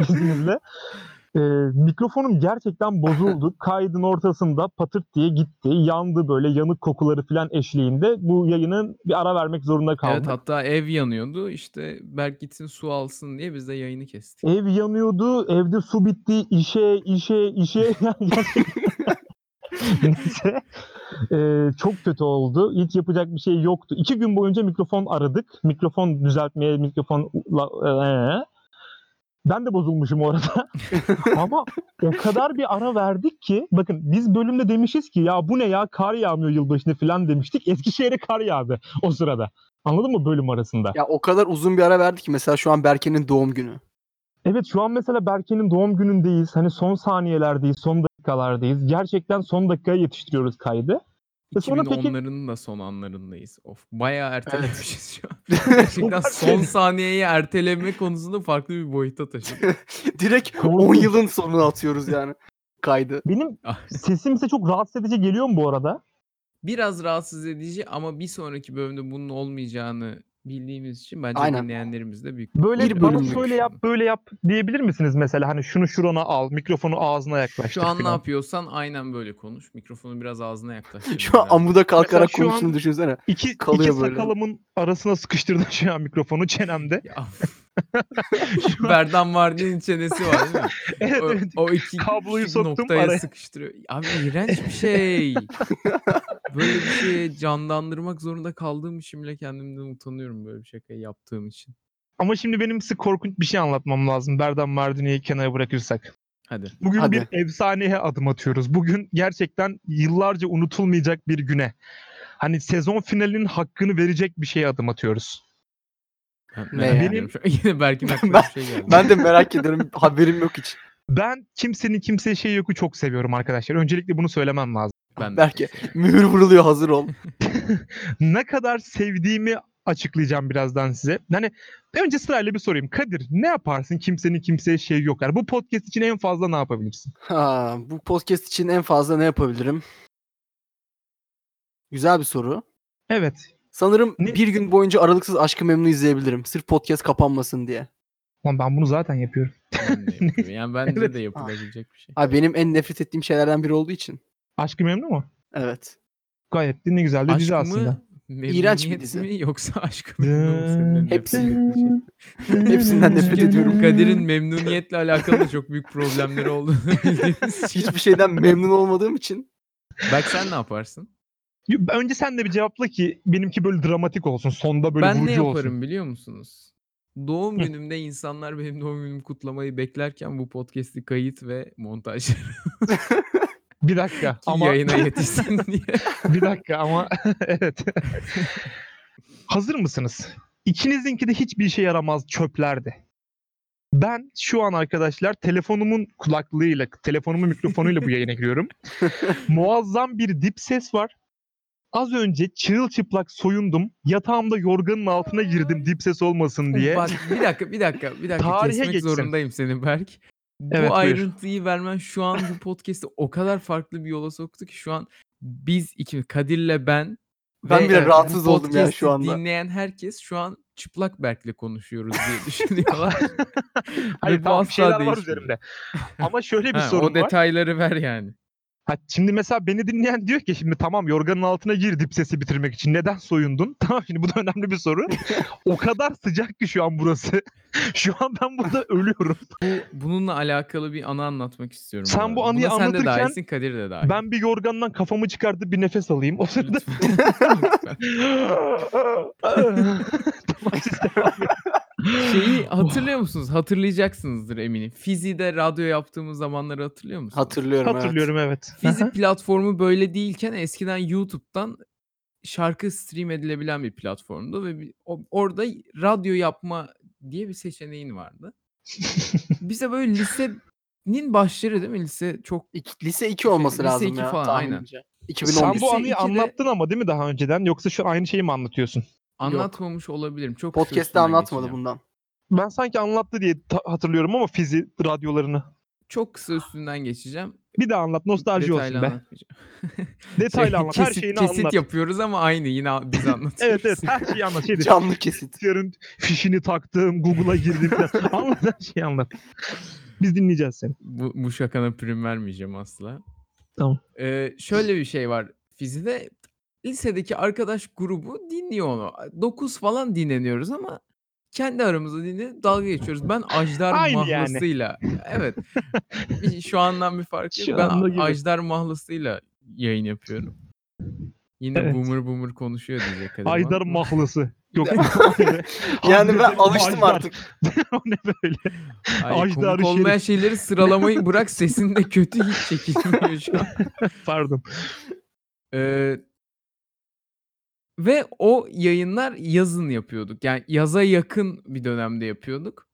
Speaker 4: izninizle. Ee, mikrofonum gerçekten bozuldu. Kaydın ortasında patırt diye gitti. Yandı böyle yanık kokuları falan eşliğinde. Bu yayının bir ara vermek zorunda kaldık.
Speaker 2: Evet hatta ev yanıyordu. İşte Berk gitsin su alsın diye biz de yayını kestik.
Speaker 4: Ev yanıyordu, evde su bitti, işe, işe, işe. Neyse. Ee, çok kötü oldu. Hiç yapacak bir şey yoktu. İki gün boyunca mikrofon aradık. Mikrofon düzeltmeye, mikrofon... Ee. Ben de bozulmuşum orada. Ama o kadar bir ara verdik ki bakın biz bölümde demişiz ki ya bu ne ya kar yağmıyor yılbaşında falan demiştik. Eskişehir'e kar yağdı o sırada. Anladın mı bölüm arasında?
Speaker 3: Ya o kadar uzun bir ara verdi ki mesela şu an Berke'nin doğum günü.
Speaker 4: Evet şu an mesela Berke'nin doğum günündeyiz. Hani son saniyelerdeyiz, son dakikalardayız. Gerçekten son dakikaya yetiştiriyoruz kaydı. E sonra peki-
Speaker 2: 2010'ların da son anlarındayız. Of bayağı ertelemişiz şu an. Gerçekten son
Speaker 4: erteledim.
Speaker 2: saniyeye erteleme konusunda farklı bir boyuta taşıdık.
Speaker 3: Direkt
Speaker 4: Korkunç.
Speaker 3: 10 yılın sonuna atıyoruz yani kaydı.
Speaker 4: Benim
Speaker 2: Ah.
Speaker 4: sesim size çok rahatsız edici geliyor mu bu arada?
Speaker 2: Biraz rahatsız edici ama bir sonraki bölümde bunun olmayacağını bildiğimiz için bence
Speaker 3: Aynen.
Speaker 2: dinleyenlerimiz de büyük.
Speaker 4: Böyle
Speaker 3: Bir
Speaker 4: bana
Speaker 3: bölüm
Speaker 4: şöyle yap, böyle yap diyebilir misiniz mesela? Hani şunu şurana al, mikrofonu ağzına yaklaştır.
Speaker 2: Şu an ne
Speaker 4: falan.
Speaker 2: yapıyorsan aynen böyle konuş. Mikrofonu biraz ağzına yaklaştır.
Speaker 3: Şu an amuda kalkarak
Speaker 4: şu an-
Speaker 3: konuştuğunu düşünsene.
Speaker 4: İki, iki
Speaker 3: Kalıyor böyle.
Speaker 4: sakalımın arasına sıkıştırdım şu an mikrofonu çenemde.
Speaker 2: Ya. Berdan Vardi'nin çenesi var değil mi?
Speaker 4: evet,
Speaker 2: O,
Speaker 4: evet.
Speaker 2: o iki
Speaker 4: Kabloyu
Speaker 2: küçük
Speaker 4: soktum
Speaker 2: noktaya
Speaker 4: araya.
Speaker 2: sıkıştırıyor. Abi iğrenç bir şey. böyle bir şeyi canlandırmak zorunda kaldığım için bile kendimden utanıyorum böyle bir şakayı yaptığım için.
Speaker 4: Ama şimdi benim size korkunç bir şey anlatmam lazım. Berdan Mardini'yi kenara bırakırsak.
Speaker 2: Hadi.
Speaker 4: Bugün
Speaker 3: Hadi.
Speaker 4: bir efsaneye adım atıyoruz. Bugün gerçekten yıllarca unutulmayacak bir güne. Hani sezon finalinin hakkını verecek bir şeye adım atıyoruz.
Speaker 2: Ben
Speaker 3: Ne
Speaker 2: merak
Speaker 3: yani?
Speaker 2: ediyorum. Şu- Yine Berk'in aklına bir şey geldi.
Speaker 3: Ben de merak ederim haberim yok hiç.
Speaker 4: Ben kimsenin kimseye şey yoku çok seviyorum arkadaşlar. Öncelikle bunu söylemem lazım.
Speaker 2: Ben de.
Speaker 3: Berke mühür vuruluyor hazır ol.
Speaker 4: Ne kadar sevdiğimi açıklayacağım birazdan size. Hani önce sırayla bir sorayım. Kadir ne yaparsın kimsenin kimseye şey yok? Yani bu podcast için en fazla ne yapabilirsin?
Speaker 3: Ha, bu podcast için en fazla ne yapabilirim? Güzel bir soru.
Speaker 4: Evet.
Speaker 3: Sanırım
Speaker 4: Ne-
Speaker 3: bir gün boyunca aralıksız Aşkı Memnu izleyebilirim. Sırf podcast kapanmasın diye.
Speaker 4: Lan ben bunu zaten yapıyorum.
Speaker 2: Ben de yapıyorum. Yani bence
Speaker 4: Evet.
Speaker 2: de yapılabilecek bir şey.
Speaker 3: Ha, benim en nefret ettiğim şeylerden biri olduğu için.
Speaker 4: Aşkı memnun mu?
Speaker 3: Evet.
Speaker 4: Gayet de ne güzel de dizi
Speaker 2: Aşk
Speaker 4: aslında.
Speaker 2: mı?
Speaker 3: İğrenç bir
Speaker 2: memnuniyet
Speaker 3: dizi.
Speaker 2: mi yoksa aşk mı? Memnun musun?
Speaker 3: Hepsi-
Speaker 2: Nefret ettiğin şey.
Speaker 3: Hepsinden nefret ediyorum.
Speaker 2: Kadir'in memnuniyetle alakalı da çok büyük problemleri olduğunu bildiğimiz için.
Speaker 3: Hiçbir şeyden memnun olmadığım için.
Speaker 2: Berk sen ne yaparsın?
Speaker 4: Yo, ben- Önce sen de bir cevapla ki benimki böyle dramatik olsun. Sonda böyle
Speaker 2: ben ne
Speaker 4: vurucu
Speaker 2: yaparım
Speaker 4: olsun.
Speaker 2: biliyor musunuz? Doğum
Speaker 4: Hı.
Speaker 2: günümde insanlar benim doğum günümü kutlamayı beklerken bu podcast'i kayıt ve montaj ki
Speaker 4: Bir dakika ama
Speaker 2: yayına yetişsin diye.
Speaker 4: bir dakika ama evet. Hazır mısınız? İkinizinki de hiçbir işe yaramaz çöplerdi. Ben şu an arkadaşlar telefonumun kulaklığıyla, telefonumun mikrofonuyla bu yayına giriyorum. Muazzam bir dip ses var. Az önce çırılçıplak soyundum. Yatağımda yorganın altına girdim dip ses olmasın diye.
Speaker 2: Bak bir dakika bir dakika bir dakika
Speaker 4: Tarihe
Speaker 2: kesmek
Speaker 4: geçsin.
Speaker 2: zorundayım seni Berk. Bu
Speaker 4: Evet, buyur.
Speaker 2: ayrıntıyı vermen şu an bu podcast'i o kadar farklı bir yola soktu ki şu an biz iki Kadir'le ben
Speaker 3: Ben
Speaker 2: ve,
Speaker 3: bile
Speaker 2: e, bu
Speaker 3: rahatsız oldum ya
Speaker 2: podcast'i
Speaker 3: şu anda.
Speaker 2: Dinleyen herkes şu an çıplak Berk'le konuşuyoruz diye düşünüyorlar.
Speaker 4: Hayır
Speaker 2: Ve bu
Speaker 4: tamam bir
Speaker 2: asla
Speaker 4: şeyler var
Speaker 2: değişmiyor.
Speaker 4: üzerimde. Ama şöyle bir
Speaker 2: Ha,
Speaker 4: sorun
Speaker 2: o
Speaker 4: var.
Speaker 2: detayları ver yani.
Speaker 4: Ha, şimdi mesela beni dinleyen diyor ki şimdi tamam yorganın altına gir dip sesi bitirmek için neden soyundun? Tamam şimdi bu da önemli bir soru. o kadar sıcak ki şu an burası. şu an ben burada ölüyorum.
Speaker 2: Bu bununla alakalı bir anı anlatmak istiyorum.
Speaker 4: Sen
Speaker 2: arada.
Speaker 4: bu anıyı
Speaker 2: Buna sen de
Speaker 4: anlatırken
Speaker 2: dahilsin Kadir de dahil.
Speaker 4: Ben bir yorgandan kafamı çıkartıp bir nefes alayım. O sırada
Speaker 2: Lütfen. Lütfen.
Speaker 4: Tamam, siz devam edin.
Speaker 2: Şeyi hatırlıyor musunuz? Hatırlayacaksınızdır eminim. Fizi'de radyo yaptığımız zamanları hatırlıyor musunuz?
Speaker 3: Hatırlıyorum. evet.
Speaker 4: Hatırlıyorum evet.
Speaker 2: Fizi platformu böyle değilken eskiden YouTube'dan şarkı stream edilebilen bir platformdu ve bi- o- orada radyo yapma diye bir seçeneğin vardı. Bize böyle lisenin başları değil mi? Lise çok
Speaker 3: İki- lise 2 olması
Speaker 2: Lise
Speaker 3: lazım
Speaker 2: iki
Speaker 3: ya.
Speaker 2: falan, aynen.
Speaker 3: tahminimce. 2011.
Speaker 4: Sen bu
Speaker 2: Lise
Speaker 4: anıyı
Speaker 2: ikide-
Speaker 4: anlattın ama değil mi daha önceden? Yoksa şu aynı şeyi mi anlatıyorsun?
Speaker 2: anlatmamış olabilirim. Çok
Speaker 3: Podcast'te
Speaker 2: sırtından
Speaker 3: anlatmadı
Speaker 2: geçeceğim.
Speaker 3: bundan.
Speaker 4: Ben sanki anlattı diye ta- hatırlıyorum ama fizi radyolarını.
Speaker 2: Çok kısa üstünden geçeceğim.
Speaker 4: Bir daha anlat nostalji
Speaker 2: Detaylı
Speaker 4: olsun be.
Speaker 2: anlatmayacağım.
Speaker 4: Detaylı
Speaker 2: Şey,
Speaker 4: anlat. her
Speaker 2: kesit-
Speaker 4: şeyini
Speaker 2: kesit
Speaker 4: anlat.
Speaker 2: yapıyoruz ama aynı yine a- biz anlatıyoruz.
Speaker 4: Evet evet her şeyi anlat. Şey Şeydi,
Speaker 3: Canlı kesit.
Speaker 4: bilgisayarın fişini taktım, Google'a girdim falan. anlat her şeyi anlat. Biz dinleyeceğiz seni.
Speaker 2: bu, bu şakana prim vermeyeceğim asla.
Speaker 4: Tamam.
Speaker 2: Ee, şöyle bir şey var fizide. Lisedeki arkadaş grubu dinliyor onu. 9 falan dinleniyoruz ama kendi aramızda dinle dalga geçiyoruz. Ben Ajdar
Speaker 4: Aynı yani.
Speaker 2: mahlasıyla. Evet. Bir- Şu andan bir fark yok.
Speaker 4: Şu
Speaker 2: Ben
Speaker 4: anda gibi.
Speaker 2: Ajdar mahlasıyla yayın yapıyorum. Yine
Speaker 4: Evet.
Speaker 2: boomer boomer konuşuyor diyecek. Kadir Mahmut
Speaker 4: Aydar
Speaker 2: ama-
Speaker 4: mahlısı. Yok.
Speaker 3: Yani ben
Speaker 4: Ajdar-
Speaker 3: alıştım
Speaker 4: Ajdar.
Speaker 3: artık.
Speaker 4: o ne böyle?
Speaker 2: Ay,
Speaker 4: Ajdarı
Speaker 2: komik olmayan şeyleri sıralamayı bırak sesin de kötü hiç çekilmiyor şu an.
Speaker 4: Pardon.
Speaker 2: Ee, ve o yayınlar yazın yapıyorduk. Yani yaza yakın bir dönemde yapıyorduk.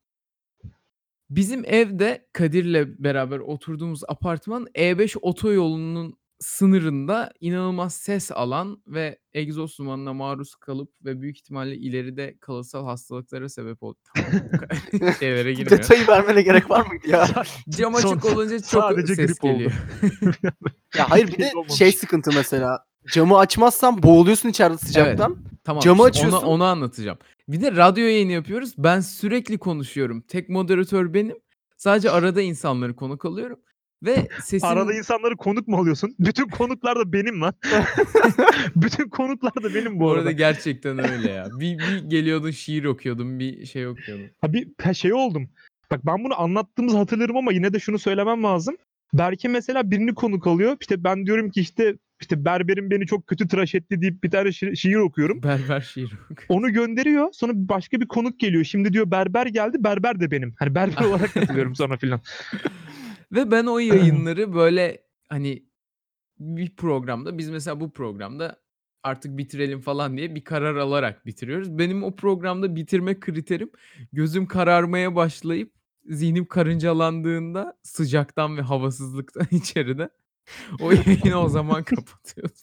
Speaker 2: Bizim evde Kadir'le beraber oturduğumuz apartman E5 otoyolunun sınırında inanılmaz ses alan ve egzoz dumanına maruz kalıp ve büyük ihtimalle ileride kalıtsal hastalıklara sebep oldu. Şeylere girmiyor.
Speaker 3: Detayı vermene gerek var mıydı ya?
Speaker 2: Cam açık
Speaker 4: Son-
Speaker 2: olunca çok
Speaker 4: sadece
Speaker 2: ses
Speaker 4: grip oldu.
Speaker 2: geliyor.
Speaker 3: Ya hayır bir de
Speaker 4: Olmamış.
Speaker 3: şey sıkıntı mesela. Camı açmazsan boğuluyorsun içeride sıcaktan.
Speaker 2: Tamam.
Speaker 3: Camı
Speaker 2: işte Ona,
Speaker 3: açıyorsun.
Speaker 2: onu anlatacağım. Bir de radyo yayını yapıyoruz. Ben sürekli konuşuyorum. Tek moderatör benim. Sadece arada insanları konuk alıyorum. Ve sesim...
Speaker 4: Arada insanları konuk mu alıyorsun? Bütün konuklar da benim lan. Bütün konuklar da benim bu
Speaker 2: Bu
Speaker 4: arada.
Speaker 2: arada gerçekten öyle ya. Bir, bir geliyordun şiir okuyordun bir şey okuyordun.
Speaker 4: Ha bir ha şey oldum. Bak ben bunu anlattığımızı hatırlarım ama yine de şunu söylemem lazım. Berke mesela birini konuk alıyor. İşte ben diyorum ki işte işte berberim beni çok kötü tıraş etti deyip bir tane şi- şiir okuyorum.
Speaker 2: Berber şiir oku.
Speaker 4: Onu gönderiyor. Sonra başka bir konuk geliyor. Şimdi diyor berber geldi. Berber de benim. Hani berber olarak katılıyorum sana filan.
Speaker 2: Ve ben o yayınları böyle hani bir programda biz mesela bu programda artık bitirelim falan diye bir karar alarak bitiriyoruz. Benim o programda bitirme kriterim gözüm kararmaya başlayıp zihnim karıncalandığında sıcaktan ve havasızlıktan içeride o yayını o zaman kapatıyordum.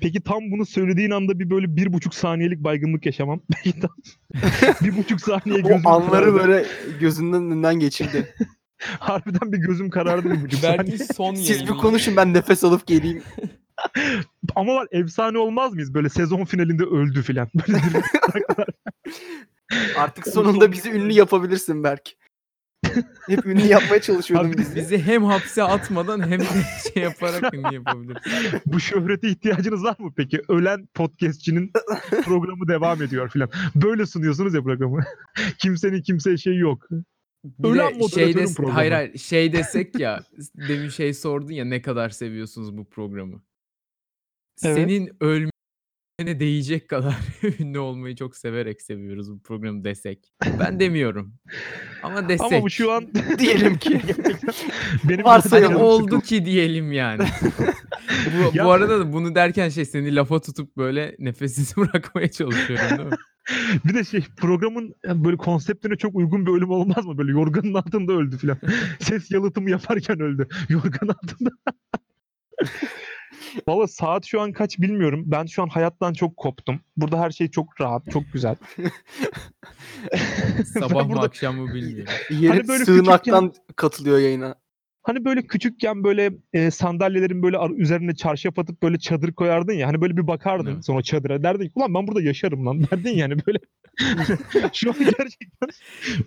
Speaker 4: Peki tam bunu söylediğin anda bir böyle bir buçuk saniyelik baygınlık yaşamam. Peki tam bir buçuk saniye gözüm
Speaker 3: O anları
Speaker 4: karardı.
Speaker 3: böyle gözünden önünden geçirdi.
Speaker 4: Harbiden bir gözüm karardı bir buçuk saniye.
Speaker 2: Belki son
Speaker 3: Siz bir
Speaker 2: yayını-
Speaker 3: konuşun ben nefes alıp geleyim.
Speaker 4: Ama var efsane olmaz mıyız? Böyle sezon finalinde öldü filan. Böyle bir-
Speaker 3: Artık sonunda bizi ünlü yapabilirsin Berk. Hep ünlü yapmaya çalışıyordun
Speaker 4: Abi
Speaker 3: bizi.
Speaker 2: bizi hem hapse atmadan hem de şey yaparak ünlü yapabiliriz.
Speaker 4: bu şöhrete ihtiyacınız var mı peki? Ölen podcastçinin programı devam ediyor filan. Böyle sunuyorsunuz ya programı. Kimsenin kimseye şeyi yok.
Speaker 2: Bir
Speaker 4: Ölen
Speaker 2: de şey
Speaker 4: moderatörün
Speaker 2: des-
Speaker 4: programı.
Speaker 2: hayır hayır şey desek ya demin şey sordun ya ne kadar seviyorsunuz bu programı.
Speaker 4: Evet.
Speaker 2: Senin ölmene değecek kadar ünlü olmayı çok severek seviyoruz bu programı desek. Ben demiyorum. Ama desek.
Speaker 4: Ama bu şu an
Speaker 3: E, Diyelim ki.
Speaker 4: benim
Speaker 2: Hani
Speaker 3: Varsayalım. Sayalım,
Speaker 2: oldu ki diyelim yani. bu, bu
Speaker 4: Ya-
Speaker 2: arada da bunu derken şey seni lafa tutup böyle nefessiz bırakmaya çalışıyorum değil mi?
Speaker 4: bir de şey programın yani böyle konseptine çok uygun bir ölüm olmaz mı? Böyle yorganın altında öldü filan. Ses yalıtımı yaparken öldü. Yorganın altında. Valla saat şu an kaç bilmiyorum. Ben şu an hayattan çok koptum. Burada her şey çok rahat, çok güzel.
Speaker 2: Sabah mı
Speaker 4: burada-
Speaker 2: akşam mı bilmiyorum.
Speaker 3: Yeri
Speaker 4: Hani böyle
Speaker 3: sığınaktan katılıyor yayına.
Speaker 4: Hani böyle küçükken böyle e, sandalyelerin böyle ar- üzerine çarşaf atıp böyle çadır koyardın ya. Hani böyle bir bakardın
Speaker 2: Evet.
Speaker 4: sonra çadıra. Derdin ki ulan ben burada yaşarım lan. Derdin yani böyle. Şu an gerçekten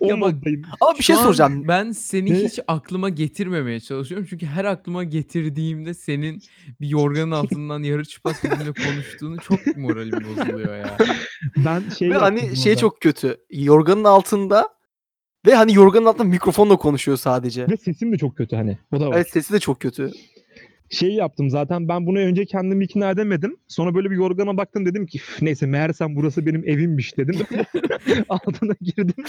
Speaker 4: o
Speaker 2: Ya bak,
Speaker 4: moddayım.
Speaker 3: Ama bir şey
Speaker 2: Şu an
Speaker 3: soracağım.
Speaker 2: Ben seni
Speaker 4: Ne?
Speaker 2: hiç aklıma getirmemeye çalışıyorum. Çünkü her aklıma getirdiğimde senin bir yorganın altından yarı çıplak bizimle konuştuğunu çok moralim bozuluyor ya.
Speaker 4: Ben şey
Speaker 3: Ve
Speaker 4: yaptım
Speaker 3: hani şey
Speaker 4: orada.
Speaker 3: çok kötü. Yorganın altında ve hani yorganın altında mikrofonla konuşuyor sadece.
Speaker 4: Ve sesim de çok kötü hani. O da var.
Speaker 3: Evet sesi de çok kötü.
Speaker 4: Şey yaptım zaten ben bunu önce kendimi ikna edemedim. Sonra böyle bir yorgana baktım dedim ki "Üf, neyse meğersem burası benim evimmiş dedim. Altına girdim.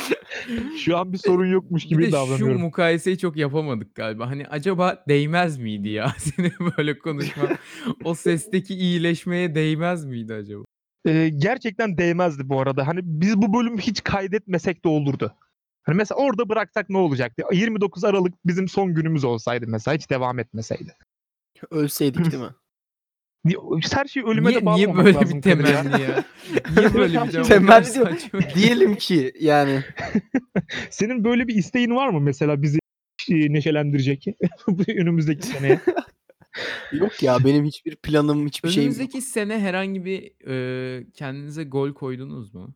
Speaker 4: Şu an bir sorun yokmuş
Speaker 2: Bir
Speaker 4: gibi
Speaker 2: de şu
Speaker 4: davranıyorum.
Speaker 2: mukayeseyi çok yapamadık galiba. Hani acaba değmez miydi ya seni böyle konuşma? o sesteki iyileşmeye değmez miydi acaba?
Speaker 4: Ee, gerçekten değmezdi bu arada. Hani biz bu bölümü hiç kaydetmesek de olurdu. Hani mesela orada bıraksak ne olacaktı? 29 Aralık bizim son günümüz olsaydı mesela hiç devam etmeseydi.
Speaker 3: Ölseydik değil mi?
Speaker 4: Niye- Her şeyi ölüme
Speaker 2: niye, niye
Speaker 4: de bağlamamak
Speaker 2: böyle
Speaker 4: lazım
Speaker 2: bir
Speaker 4: Kadir ya.
Speaker 2: temenni ya? Niye böyle bir
Speaker 4: Temenni
Speaker 2: temenni?
Speaker 3: diyor.
Speaker 4: şey
Speaker 3: Diyelim ki yani.
Speaker 4: Senin böyle bir isteğin var mı mesela bizi e, neşelendirecek bu önümüzdeki seneye?
Speaker 3: Yok ya benim hiçbir planım hiçbir şeyim yok.
Speaker 2: Önümüzdeki sene herhangi bir e, kendinize gol koydunuz mu?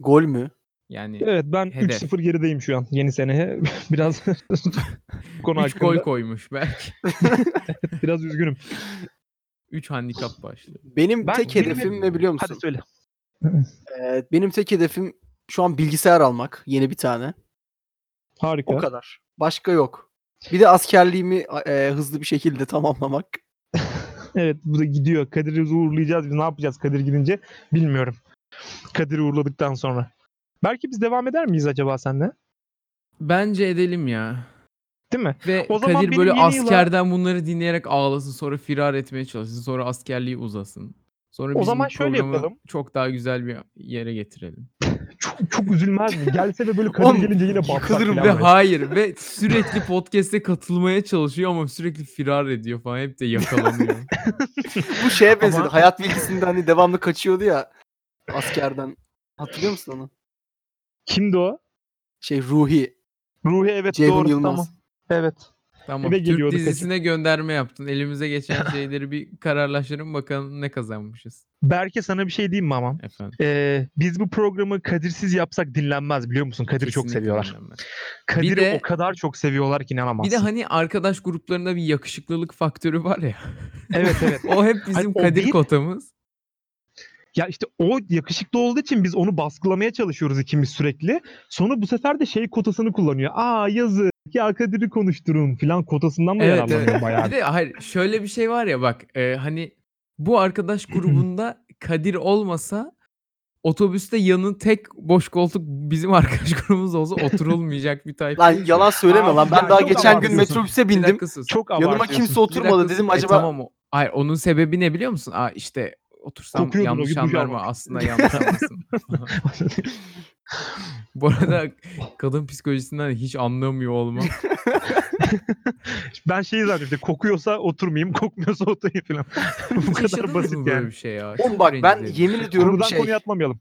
Speaker 3: Gol mü?
Speaker 2: Yani
Speaker 4: Evet ben
Speaker 2: Hedef.
Speaker 4: 3-0 gerideyim şu an yeni seneye. Biraz bu konu
Speaker 2: 3 gol
Speaker 4: hakkında
Speaker 2: koymuş belki.
Speaker 4: biraz üzgünüm.
Speaker 2: 3 handikap başlı.
Speaker 3: Benim
Speaker 4: Ben-
Speaker 3: tek
Speaker 4: benim-
Speaker 3: hedefim ne biliyor musun?
Speaker 4: Hadi söyle.
Speaker 3: Ee, benim tek hedefim şu an bilgisayar almak. Yeni bir tane.
Speaker 4: Harika.
Speaker 3: O kadar. Başka yok. Bir de askerliğimi e, hızlı bir şekilde tamamlamak.
Speaker 4: Evet bu da gidiyor. Kadir'i uğurlayacağız. Biz ne yapacağız Kadir gidince bilmiyorum. Kadir'i uğurladıktan sonra. Belki biz devam eder miyiz acaba senle?
Speaker 2: Bence edelim ya.
Speaker 4: Değil mi?
Speaker 2: Ve
Speaker 4: O zaman
Speaker 2: Kadir
Speaker 4: benim
Speaker 2: böyle
Speaker 4: yeni yıla-
Speaker 2: askerden bunları dinleyerek ağlasın. Sonra firar etmeye çalışsın. Sonra askerliği uzasın. Sonra
Speaker 4: O
Speaker 2: bizim bu
Speaker 4: zaman şöyle
Speaker 2: programı
Speaker 4: yapalım.
Speaker 2: Çok daha güzel bir yere getirelim.
Speaker 4: Çok, çok üzülmez mi? Gelse de böyle Kadir
Speaker 3: Oğlum,
Speaker 4: gelince yine batsak
Speaker 3: yıkılırım
Speaker 4: falan
Speaker 2: Ve
Speaker 4: böyle.
Speaker 2: hayır ve sürekli podcast'e katılmaya çalışıyor ama sürekli firar ediyor falan. Hep de yakalanıyor.
Speaker 3: Bu şeye benzedi.
Speaker 4: Ama-
Speaker 3: Hayat bilgisinde hani devamlı kaçıyordu ya askerden. Hatırlıyor musun onu?
Speaker 4: Kimdi o?
Speaker 3: Şey Ruhi.
Speaker 4: Ruhi evet
Speaker 3: Ceyhun
Speaker 4: doğru.
Speaker 3: Yılmaz.
Speaker 4: Tamam. Evet.
Speaker 2: tamam.
Speaker 4: Eve
Speaker 2: Türk
Speaker 4: geliyordu Kadir.
Speaker 2: dizisine gönderme yaptın. Elimize geçen şeyleri bir kararlaştırın bakalım ne kazanmışız.
Speaker 4: Berke sana bir şey diyeyim mi ama?
Speaker 2: Efendim.
Speaker 4: Ee, biz bu programı Kadir'siz yapsak dinlenmez biliyor musun? Kadir'i çok
Speaker 2: Kesinlikle
Speaker 4: seviyorlar.
Speaker 2: dinlenmez.
Speaker 4: Kadir'i
Speaker 2: de-
Speaker 4: o kadar çok seviyorlar
Speaker 2: Bir
Speaker 4: ki inanamazsın.
Speaker 2: de hani arkadaş gruplarında bir yakışıklılık faktörü var ya.
Speaker 4: Evet evet.
Speaker 2: O hep bizim
Speaker 4: o
Speaker 2: Kadir
Speaker 4: değil.
Speaker 2: kotamız.
Speaker 4: Ya işte o yakışıklı olduğu için biz onu baskılamaya çalışıyoruz ikimiz sürekli. Sonra bu sefer de şey kotasını kullanıyor. Aa yazık ya Kadir'i konuşturun filan kotasından da
Speaker 2: Evet,
Speaker 4: yararlanıyor
Speaker 2: evet.
Speaker 4: bayağı.
Speaker 2: Bir de hayır şöyle bir şey var ya bak e, hani bu arkadaş grubunda Kadir olmasa otobüste yanın tek boş koltuk bizim arkadaş grubumuz olsa oturulmayacak bir tayfa.
Speaker 3: Lan yalan söyleme
Speaker 4: Abi
Speaker 3: lan. Ben
Speaker 4: ya
Speaker 3: daha
Speaker 4: çok
Speaker 3: geçen gün
Speaker 4: abartıyorsun.
Speaker 3: metrobüse
Speaker 2: Bir
Speaker 3: bindim.
Speaker 2: dakika sus.
Speaker 4: Çok
Speaker 3: Yanıma
Speaker 4: abartıyorsun.
Speaker 3: kimse
Speaker 2: Bir dakika
Speaker 3: oturmadı
Speaker 2: sus.
Speaker 3: dedim
Speaker 2: E,
Speaker 3: acaba
Speaker 2: tamam o. Hayır onun sebebi ne biliyor musun? Aa işte otursam
Speaker 4: Kokuyordun o
Speaker 2: yanlış
Speaker 4: gün
Speaker 2: anlar
Speaker 4: duyarmak.
Speaker 2: mı? Aslında yanlış anlasın. Bu arada kadın psikolojisinden hiç anlamıyor olmam.
Speaker 4: ben şeyi zannediyorum. işte, Kokuyorsa oturmayayım, kokmuyorsa oturayım filan. bu kadar
Speaker 2: Yaşadınız
Speaker 4: basit
Speaker 2: mı böyle
Speaker 4: yani.
Speaker 2: bir şey ya?
Speaker 3: Oğlum
Speaker 2: Çok
Speaker 3: bak ben
Speaker 2: rencide edici.
Speaker 3: yemin ediyorum
Speaker 4: Konudan
Speaker 3: şey.
Speaker 4: konuya atlamayalım.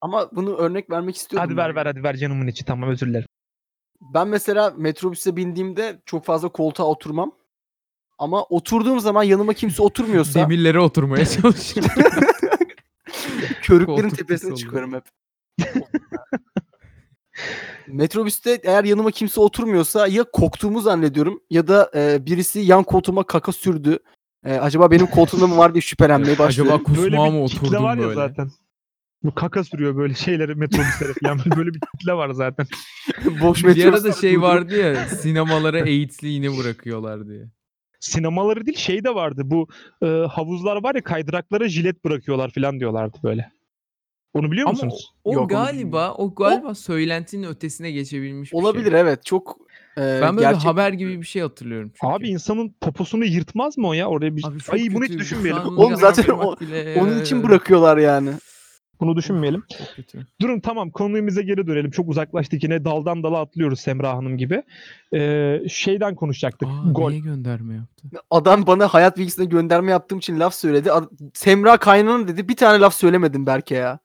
Speaker 3: Ama bunu örnek vermek istiyorum.
Speaker 4: Hadi
Speaker 3: ben.
Speaker 4: ver ver hadi ver canımın içi tamam özür dilerim.
Speaker 3: Ben mesela metrobüse bindiğimde çok fazla koltuğa oturmam. Ama oturduğum zaman yanıma kimse oturmuyorsa
Speaker 2: Demirlere oturmaya çalışıyorum.
Speaker 3: körüklerin
Speaker 2: koltuk
Speaker 3: tepesine
Speaker 2: pis
Speaker 3: çıkıyorum hep. Metrobüste eğer yanıma kimse oturmuyorsa ya koktuğumu zannediyorum ya da e, birisi yan koltuğuma kaka sürdü. E, acaba benim koltuğumda mı var diye şüphelenmeye başlıyorum.
Speaker 2: Acaba kusmağa mı oturdum
Speaker 4: var ya
Speaker 2: böyle?
Speaker 4: zaten. Bu kaka sürüyor böyle şeylere metrobüslere falan. Böyle bir kitle var zaten.
Speaker 3: Boş
Speaker 2: Bir
Speaker 3: metrobüste
Speaker 2: ara da şey vardı ya sinemalara AIDS'li iğne bırakıyorlar diye.
Speaker 4: Sinemaları değil şey de vardı. Bu e, havuzlar var ya kaydıraklara jilet bırakıyorlar falan diyorlardı böyle. Onu biliyor
Speaker 2: Ama
Speaker 4: musunuz?
Speaker 2: O
Speaker 3: Yok, onu
Speaker 2: galiba o galiba söylentinin ötesine geçebilmiş bir
Speaker 3: Olabilir
Speaker 2: şey.
Speaker 3: evet çok e,
Speaker 2: Ben böyle
Speaker 3: gerçek-
Speaker 2: haber gibi bir şey hatırlıyorum çünkü.
Speaker 4: Abi insanın poposunu yırtmaz mı o ya? Oraya bir...
Speaker 2: Abi çok
Speaker 4: Ay bunu
Speaker 2: kötü.
Speaker 4: hiç
Speaker 2: Şu
Speaker 4: düşünmeyelim.
Speaker 2: an onu
Speaker 3: Oğlum zaten
Speaker 2: yapmak bile-
Speaker 3: Onun için bırakıyorlar yani.
Speaker 4: Bunu düşünmeyelim.
Speaker 2: Çok kötü.
Speaker 4: Durun tamam konumuza geri dönelim. Çok uzaklaştık yine daldan dala atlıyoruz Semra Hanım gibi. Ee, şeyden konuşacaktık.
Speaker 2: Aa,
Speaker 4: Gol.
Speaker 2: niye gönderme yaptı?
Speaker 3: Adam bana hayat bilgisine gönderme yaptığım için laf söyledi. Ad- Semra kaynana dedi. Bir tane laf söylemedim Berke ya.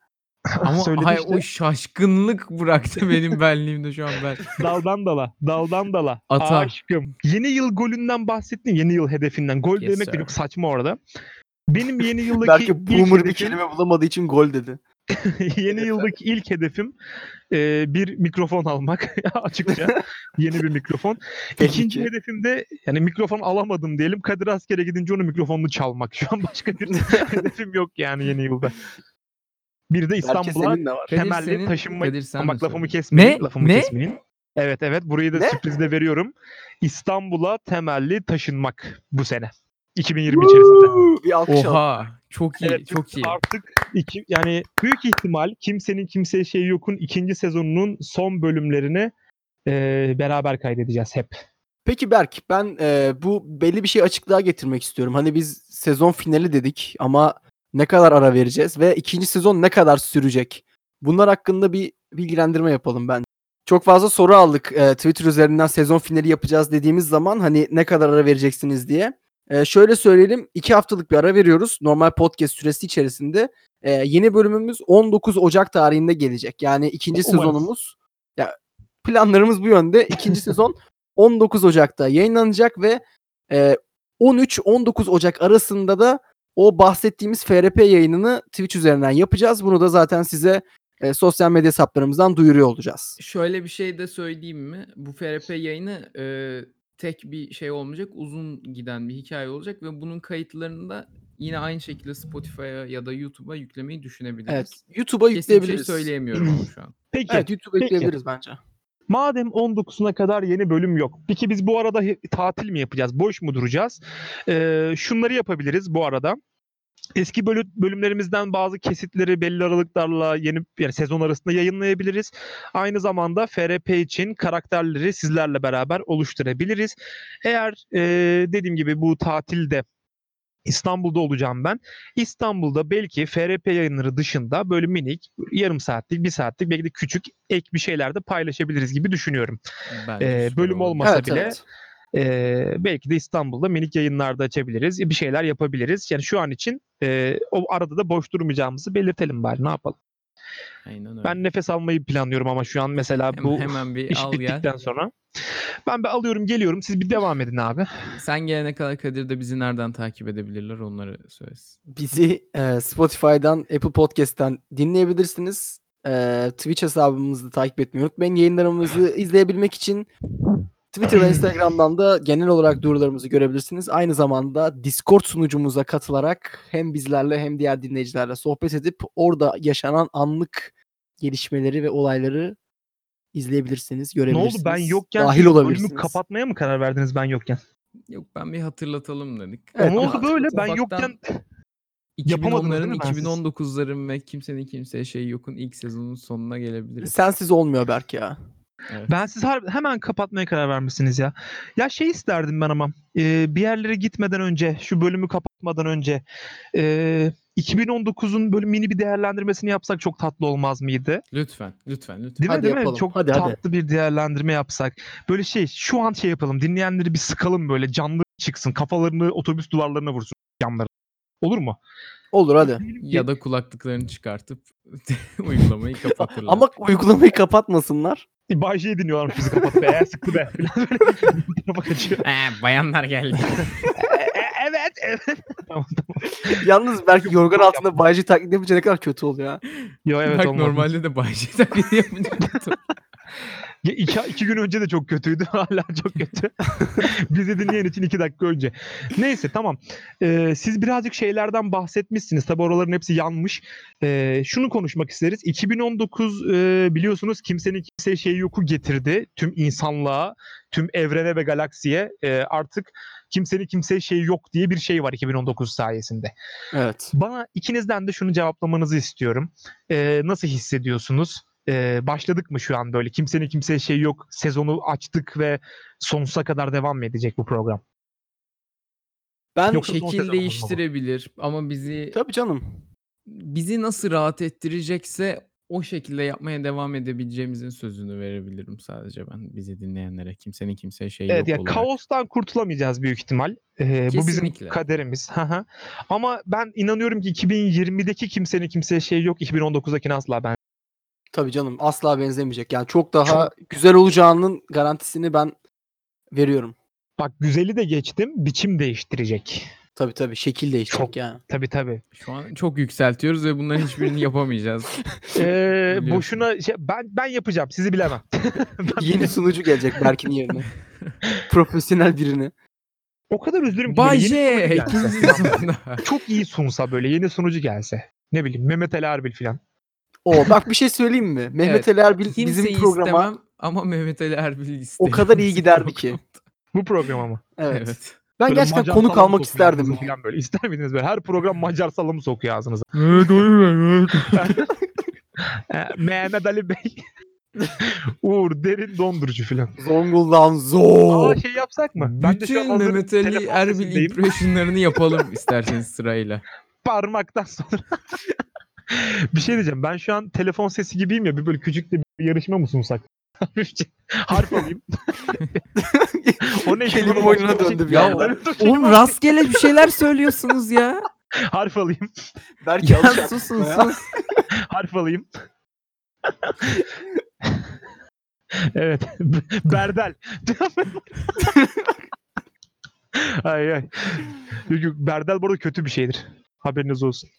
Speaker 2: Ama
Speaker 4: Söyledi
Speaker 2: hayır,
Speaker 4: işte.
Speaker 2: o şaşkınlık bıraktı benim benliğimde şu an ben.
Speaker 4: Daldan dala. Daldan dala.
Speaker 2: Ata.
Speaker 4: Aşkım. Yeni yıl golünden bahsettin. Yeni yıl hedefinden.
Speaker 2: Yes,
Speaker 4: Gol demek de
Speaker 2: sir.
Speaker 4: çok saçma orada. Benim yeni yıldaki
Speaker 3: Berke
Speaker 4: ilk
Speaker 3: boomer bir
Speaker 4: hedefim-
Speaker 3: kelime bulamadığı için gol dedi.
Speaker 4: yeni yıldaki ilk hedefim e, bir mikrofon almak açıkça yeni bir mikrofon.
Speaker 3: Tabii
Speaker 4: İkinci
Speaker 3: ki.
Speaker 4: hedefim de yani mikrofon alamadım diyelim. Kadir askere gidince onun mikrofonunu çalmak. Şu an başka bir hedefim yok yani yeni yılda. Bir de
Speaker 3: Berke
Speaker 4: İstanbul'a
Speaker 3: senin ne var?
Speaker 4: temelli
Speaker 2: senin-
Speaker 4: taşınma-
Speaker 2: Kadir sen de
Speaker 4: Ama bak lafımı
Speaker 2: söyle.
Speaker 4: kesmeyin.
Speaker 2: Ne?
Speaker 4: Lafımı
Speaker 2: Ne?
Speaker 4: kesmeyin. Evet evet burayı da
Speaker 3: Ne?
Speaker 4: sürprizle veriyorum. İstanbul'a temelli taşınmak bu sene. 2020 içerisinde.
Speaker 3: Bir alkış al.
Speaker 2: Oha çok iyi
Speaker 4: Evet,
Speaker 2: çok iyi.
Speaker 4: Artık iki, yani büyük ihtimal kimsenin kimseye şey yokun ikinci sezonunun son bölümlerini e, beraber kaydedeceğiz hep.
Speaker 3: Peki Berk ben e, bu belli bir şey açıklığa getirmek istiyorum. Hani biz sezon finali dedik ama ne kadar ara vereceğiz ve ikinci sezon ne kadar sürecek? Bunlar hakkında bir bilgilendirme yapalım ben. Çok fazla soru aldık e, Twitter üzerinden sezon finali yapacağız dediğimiz zaman hani ne kadar ara vereceksiniz diye. E, şöyle söyleyelim iki haftalık bir ara veriyoruz normal podcast süresi içerisinde. E, yeni bölümümüz 19 Ocak tarihinde gelecek. Yani ikinci
Speaker 4: Umarız.
Speaker 3: sezonumuz ya planlarımız bu yönde. İkinci sezon 19 Ocak'ta yayınlanacak ve e, 13-19 Ocak arasında da o bahsettiğimiz FRP yayınını Twitch üzerinden yapacağız. Bunu da zaten size e, sosyal medya hesaplarımızdan duyuruyor olacağız.
Speaker 2: Şöyle bir şey de söyleyeyim mi? Bu FRP yayını e, tek bir şey olmayacak. Uzun giden bir hikaye olacak ve bunun kayıtlarını da yine aynı şekilde Spotify'a ya da YouTube'a yüklemeyi düşünebiliriz.
Speaker 3: Evet, YouTube'a
Speaker 2: Kesin bir şey
Speaker 3: yükleyebiliriz.
Speaker 2: söyleyemiyorum ama şu an.
Speaker 4: Peki
Speaker 3: Evet, YouTube'a
Speaker 4: Peki.
Speaker 3: yükleyebiliriz bence.
Speaker 4: madem 19'una kadar yeni bölüm yok. Peki biz bu arada he- tatil mi yapacağız? Boş mu duracağız? E, şunları yapabiliriz bu arada. Eski bölü- bölümlerimizden bazı kesitleri belli aralıklarla yeni yani sezon arasında yayınlayabiliriz. Aynı zamanda FRP için karakterleri sizlerle beraber oluşturabiliriz. Eğer e, dediğim gibi bu tatilde İstanbul'da olacağım ben. İstanbul'da belki FRP yayınları dışında böyle minik yarım saatlik, bir saatlik belki de küçük ek bir şeyler de paylaşabiliriz gibi düşünüyorum.
Speaker 2: Bence
Speaker 4: Ee,
Speaker 2: süper
Speaker 4: bölüm
Speaker 2: olur.
Speaker 4: olmaz. Masa
Speaker 3: Evet,
Speaker 4: bile
Speaker 3: evet.
Speaker 4: Ee, belki de İstanbul'da minik yayınlarda açabiliriz. Bir şeyler yapabiliriz. Yani şu an için e, o arada da boş durmayacağımızı belirtelim bari ne yapalım.
Speaker 2: Aynen öyle.
Speaker 4: Ben nefes almayı planlıyorum ama şu an mesela
Speaker 2: Hem-
Speaker 4: bu
Speaker 2: hemen bir
Speaker 4: iş
Speaker 2: al
Speaker 4: bittikten
Speaker 2: gel.
Speaker 4: sonra. Ben bir alıyorum geliyorum siz bir devam edin abi.
Speaker 2: Sen gelene kadar Kadir de bizi nereden takip edebilirler onları söylesin.
Speaker 3: Bizi e, Spotify'dan, Apple Podcast'ten dinleyebilirsiniz. E, Twitch hesabımızı takip etmeyi unutmayın. Yayınlarımızı izleyebilmek için Twitter ve Instagram'dan da genel olarak duyurularımızı görebilirsiniz. Aynı zamanda Discord sunucumuza katılarak hem bizlerle hem diğer dinleyicilerle sohbet edip orada yaşanan anlık gelişmeleri ve olayları izleyebilirsiniz,
Speaker 4: Ne oldu
Speaker 3: görebilirsiniz.
Speaker 4: ben yokken
Speaker 3: dahil
Speaker 4: siz
Speaker 3: olabilirsiniz.
Speaker 4: bölümü kapatmaya mı karar verdiniz ben yokken?
Speaker 2: Yok ben bir hatırlatalım dedik.
Speaker 3: Evet,
Speaker 4: ne
Speaker 3: bir
Speaker 4: oldu böyle ben
Speaker 2: ufaktan-
Speaker 4: yokken Yapamadınız değil mi
Speaker 2: 2010'ların,
Speaker 4: ben siz?
Speaker 2: 2019'ların ve kimsenin kimseye şey yokun ilk sezonun sonuna gelebiliriz.
Speaker 3: Sensiz olmuyor Berk ya.
Speaker 2: Evet.
Speaker 4: Ben siz harbi- hemen kapatmaya karar vermişsiniz ya. Ya şey isterdim ben ama e, bir yerlere gitmeden önce şu bölümü kapatmadan önce e, 2019'un böyle mini bir değerlendirmesini yapsak çok tatlı olmaz mıydı?
Speaker 2: Lütfen, lütfen, lütfen.
Speaker 4: Değil mi?
Speaker 3: Hadi
Speaker 4: Değil mi?
Speaker 3: yapalım.
Speaker 4: Çok
Speaker 3: Hadi, hadi.
Speaker 4: tatlı bir değerlendirme yapsak. Böyle şey şu an şey yapalım dinleyenleri bir sıkalım böyle canlı çıksın kafalarını otobüs duvarlarına vursun camları. Olur mu?
Speaker 3: Olur hadi.
Speaker 2: Ya da kulaklıklarını çıkartıp uygulamayı kapatırlar.
Speaker 3: Ama uygulamayı kapatmasınlar.
Speaker 4: E, Bay J'yi dinliyorlar bizi kapattı. Eğer sıktı be. Biraz böyle bir tarafa kaçıyor.
Speaker 2: Ee, bayanlar geldi.
Speaker 4: E- e- evet. evet. tamam tamam.
Speaker 3: Yalnız belki yorgan altında Bayci taklit yapınca ne kadar kötü oluyor. ha.
Speaker 4: Yo evet
Speaker 2: Bak
Speaker 4: olmadı.
Speaker 2: normalde de bahçe taklidi yapacaktım.
Speaker 4: Ya iki, iki gün önce de çok kötüydü. Hala çok kötü. Bizi dinleyen için iki dakika önce. Neyse tamam. Ee, siz birazcık şeylerden bahsetmişsiniz. Tabi oraların hepsi yanmış. Ee, şunu konuşmak isteriz. 2019 e, biliyorsunuz kimsenin kimseye şey yoku getirdi. Tüm insanlığa, tüm evrene ve galaksiye e, artık kimsenin kimseye şey yok diye bir şey var 2019 sayesinde.
Speaker 3: Evet.
Speaker 4: Bana ikinizden de şunu cevaplamanızı istiyorum. Ee, nasıl hissediyorsunuz? Ee, başladık mı şu an böyle? Kimsenin kimseye şey yok. Sezonu açtık ve sonsuza kadar devam mı edecek bu program?
Speaker 3: Ben
Speaker 4: Yoksa son sezon
Speaker 2: Şekil
Speaker 4: olmaz mı bu?
Speaker 2: değiştirebilir ama bizi
Speaker 3: şey tabii canım.
Speaker 2: bizi nasıl rahat ettirecekse o şekilde yapmaya devam edebileceğimizin sözünü verebilirim sadece ben bizi dinleyenlere. Kimsenin kimseye şey
Speaker 4: Evet
Speaker 2: yok
Speaker 4: ya
Speaker 2: olarak.
Speaker 4: kaostan kurtulamayacağız büyük ihtimal. Ee, bu bizim
Speaker 2: Kesinlikle.
Speaker 4: kaderimiz. Haha. Ama ben inanıyorum ki 2020'deki kimsenin kimseye şey yok. 2019'dakine asla ben.
Speaker 3: Tabii canım asla benzemeyecek. Yani çok daha güzel olacağının garantisini ben veriyorum.
Speaker 4: Bak güzeli de geçtim. Biçim değiştirecek.
Speaker 3: Tabii tabii şekil değişecek
Speaker 4: Çok-
Speaker 3: yani.
Speaker 4: Tabii tabii.
Speaker 2: Şu an çok yükseltiyoruz ve bunların hiçbirini yapamayacağız.
Speaker 4: Ee,
Speaker 2: Biliyorsun.
Speaker 4: boşuna şey, ben ben yapacağım. Sizi bilemem.
Speaker 3: Yeni sunucu gelecek Berk'in yerine. Profesyonel birini.
Speaker 4: O kadar üzülürüm ki. böyle
Speaker 2: Bay
Speaker 4: yeni
Speaker 2: J!
Speaker 4: sunucu gelse.
Speaker 2: ikinci sezonda.
Speaker 4: Çok iyi sunsa böyle yeni sunucu gelse. Ne bileyim Mehmet Ali Erbil falan.
Speaker 3: Oo bak bir şey söyleyeyim mi? Mehmet Ali Erbil
Speaker 2: Kimseyi
Speaker 3: bizim programa
Speaker 2: istemem ama Mehmet Ali Erbil'i isterim.
Speaker 3: o kadar iyi
Speaker 2: Bizim
Speaker 3: giderdi ki.
Speaker 2: programda.
Speaker 4: Bu programa mı?
Speaker 3: Evet.
Speaker 2: Evet.
Speaker 3: Ben
Speaker 4: Böyle
Speaker 3: gerçekten
Speaker 4: Macar
Speaker 3: konuk
Speaker 4: salamı
Speaker 3: almak
Speaker 4: sokuyor ağzınıza
Speaker 3: isterdim.
Speaker 4: Falan böyle. İster miydiniz böyle? Her program Macar salamı sokuyor ağzınıza. Ee, Mehmet Ali Bey. Uğur derin dondurucu falan.
Speaker 3: Zonguldak'ın zor.
Speaker 4: Aa şey yapsak mı? Ben de şu an
Speaker 2: Bütün
Speaker 4: hazır
Speaker 2: Mehmet Ali
Speaker 4: telefon
Speaker 2: Erbil
Speaker 4: sesindeyim.
Speaker 2: impressionlarını yapalım isterseniz sırayla.
Speaker 4: parmaktan sonra. bir şey diyeceğim. Ben şu an telefon sesi gibiyim ya. Bir böyle küçük de bir yarışma mı sunsak? Hafifçe. Harf alayım. o ne?
Speaker 3: Kelime
Speaker 4: Bunun
Speaker 3: oyununa
Speaker 4: başka bir
Speaker 3: döndü bir
Speaker 4: Ya şey
Speaker 2: anda.
Speaker 4: dur, kelime
Speaker 2: Oğlum rastgele bir şeyler söylüyorsunuz ya.
Speaker 4: Harf alayım.
Speaker 3: Berk
Speaker 2: ya
Speaker 3: alışacak
Speaker 2: susun
Speaker 3: buna ya.
Speaker 2: sus.
Speaker 4: Harf alayım. evet. Berdel. ay ay. Yok, yok, Berdel bu arada kötü bir şeydir. Haberiniz olsun.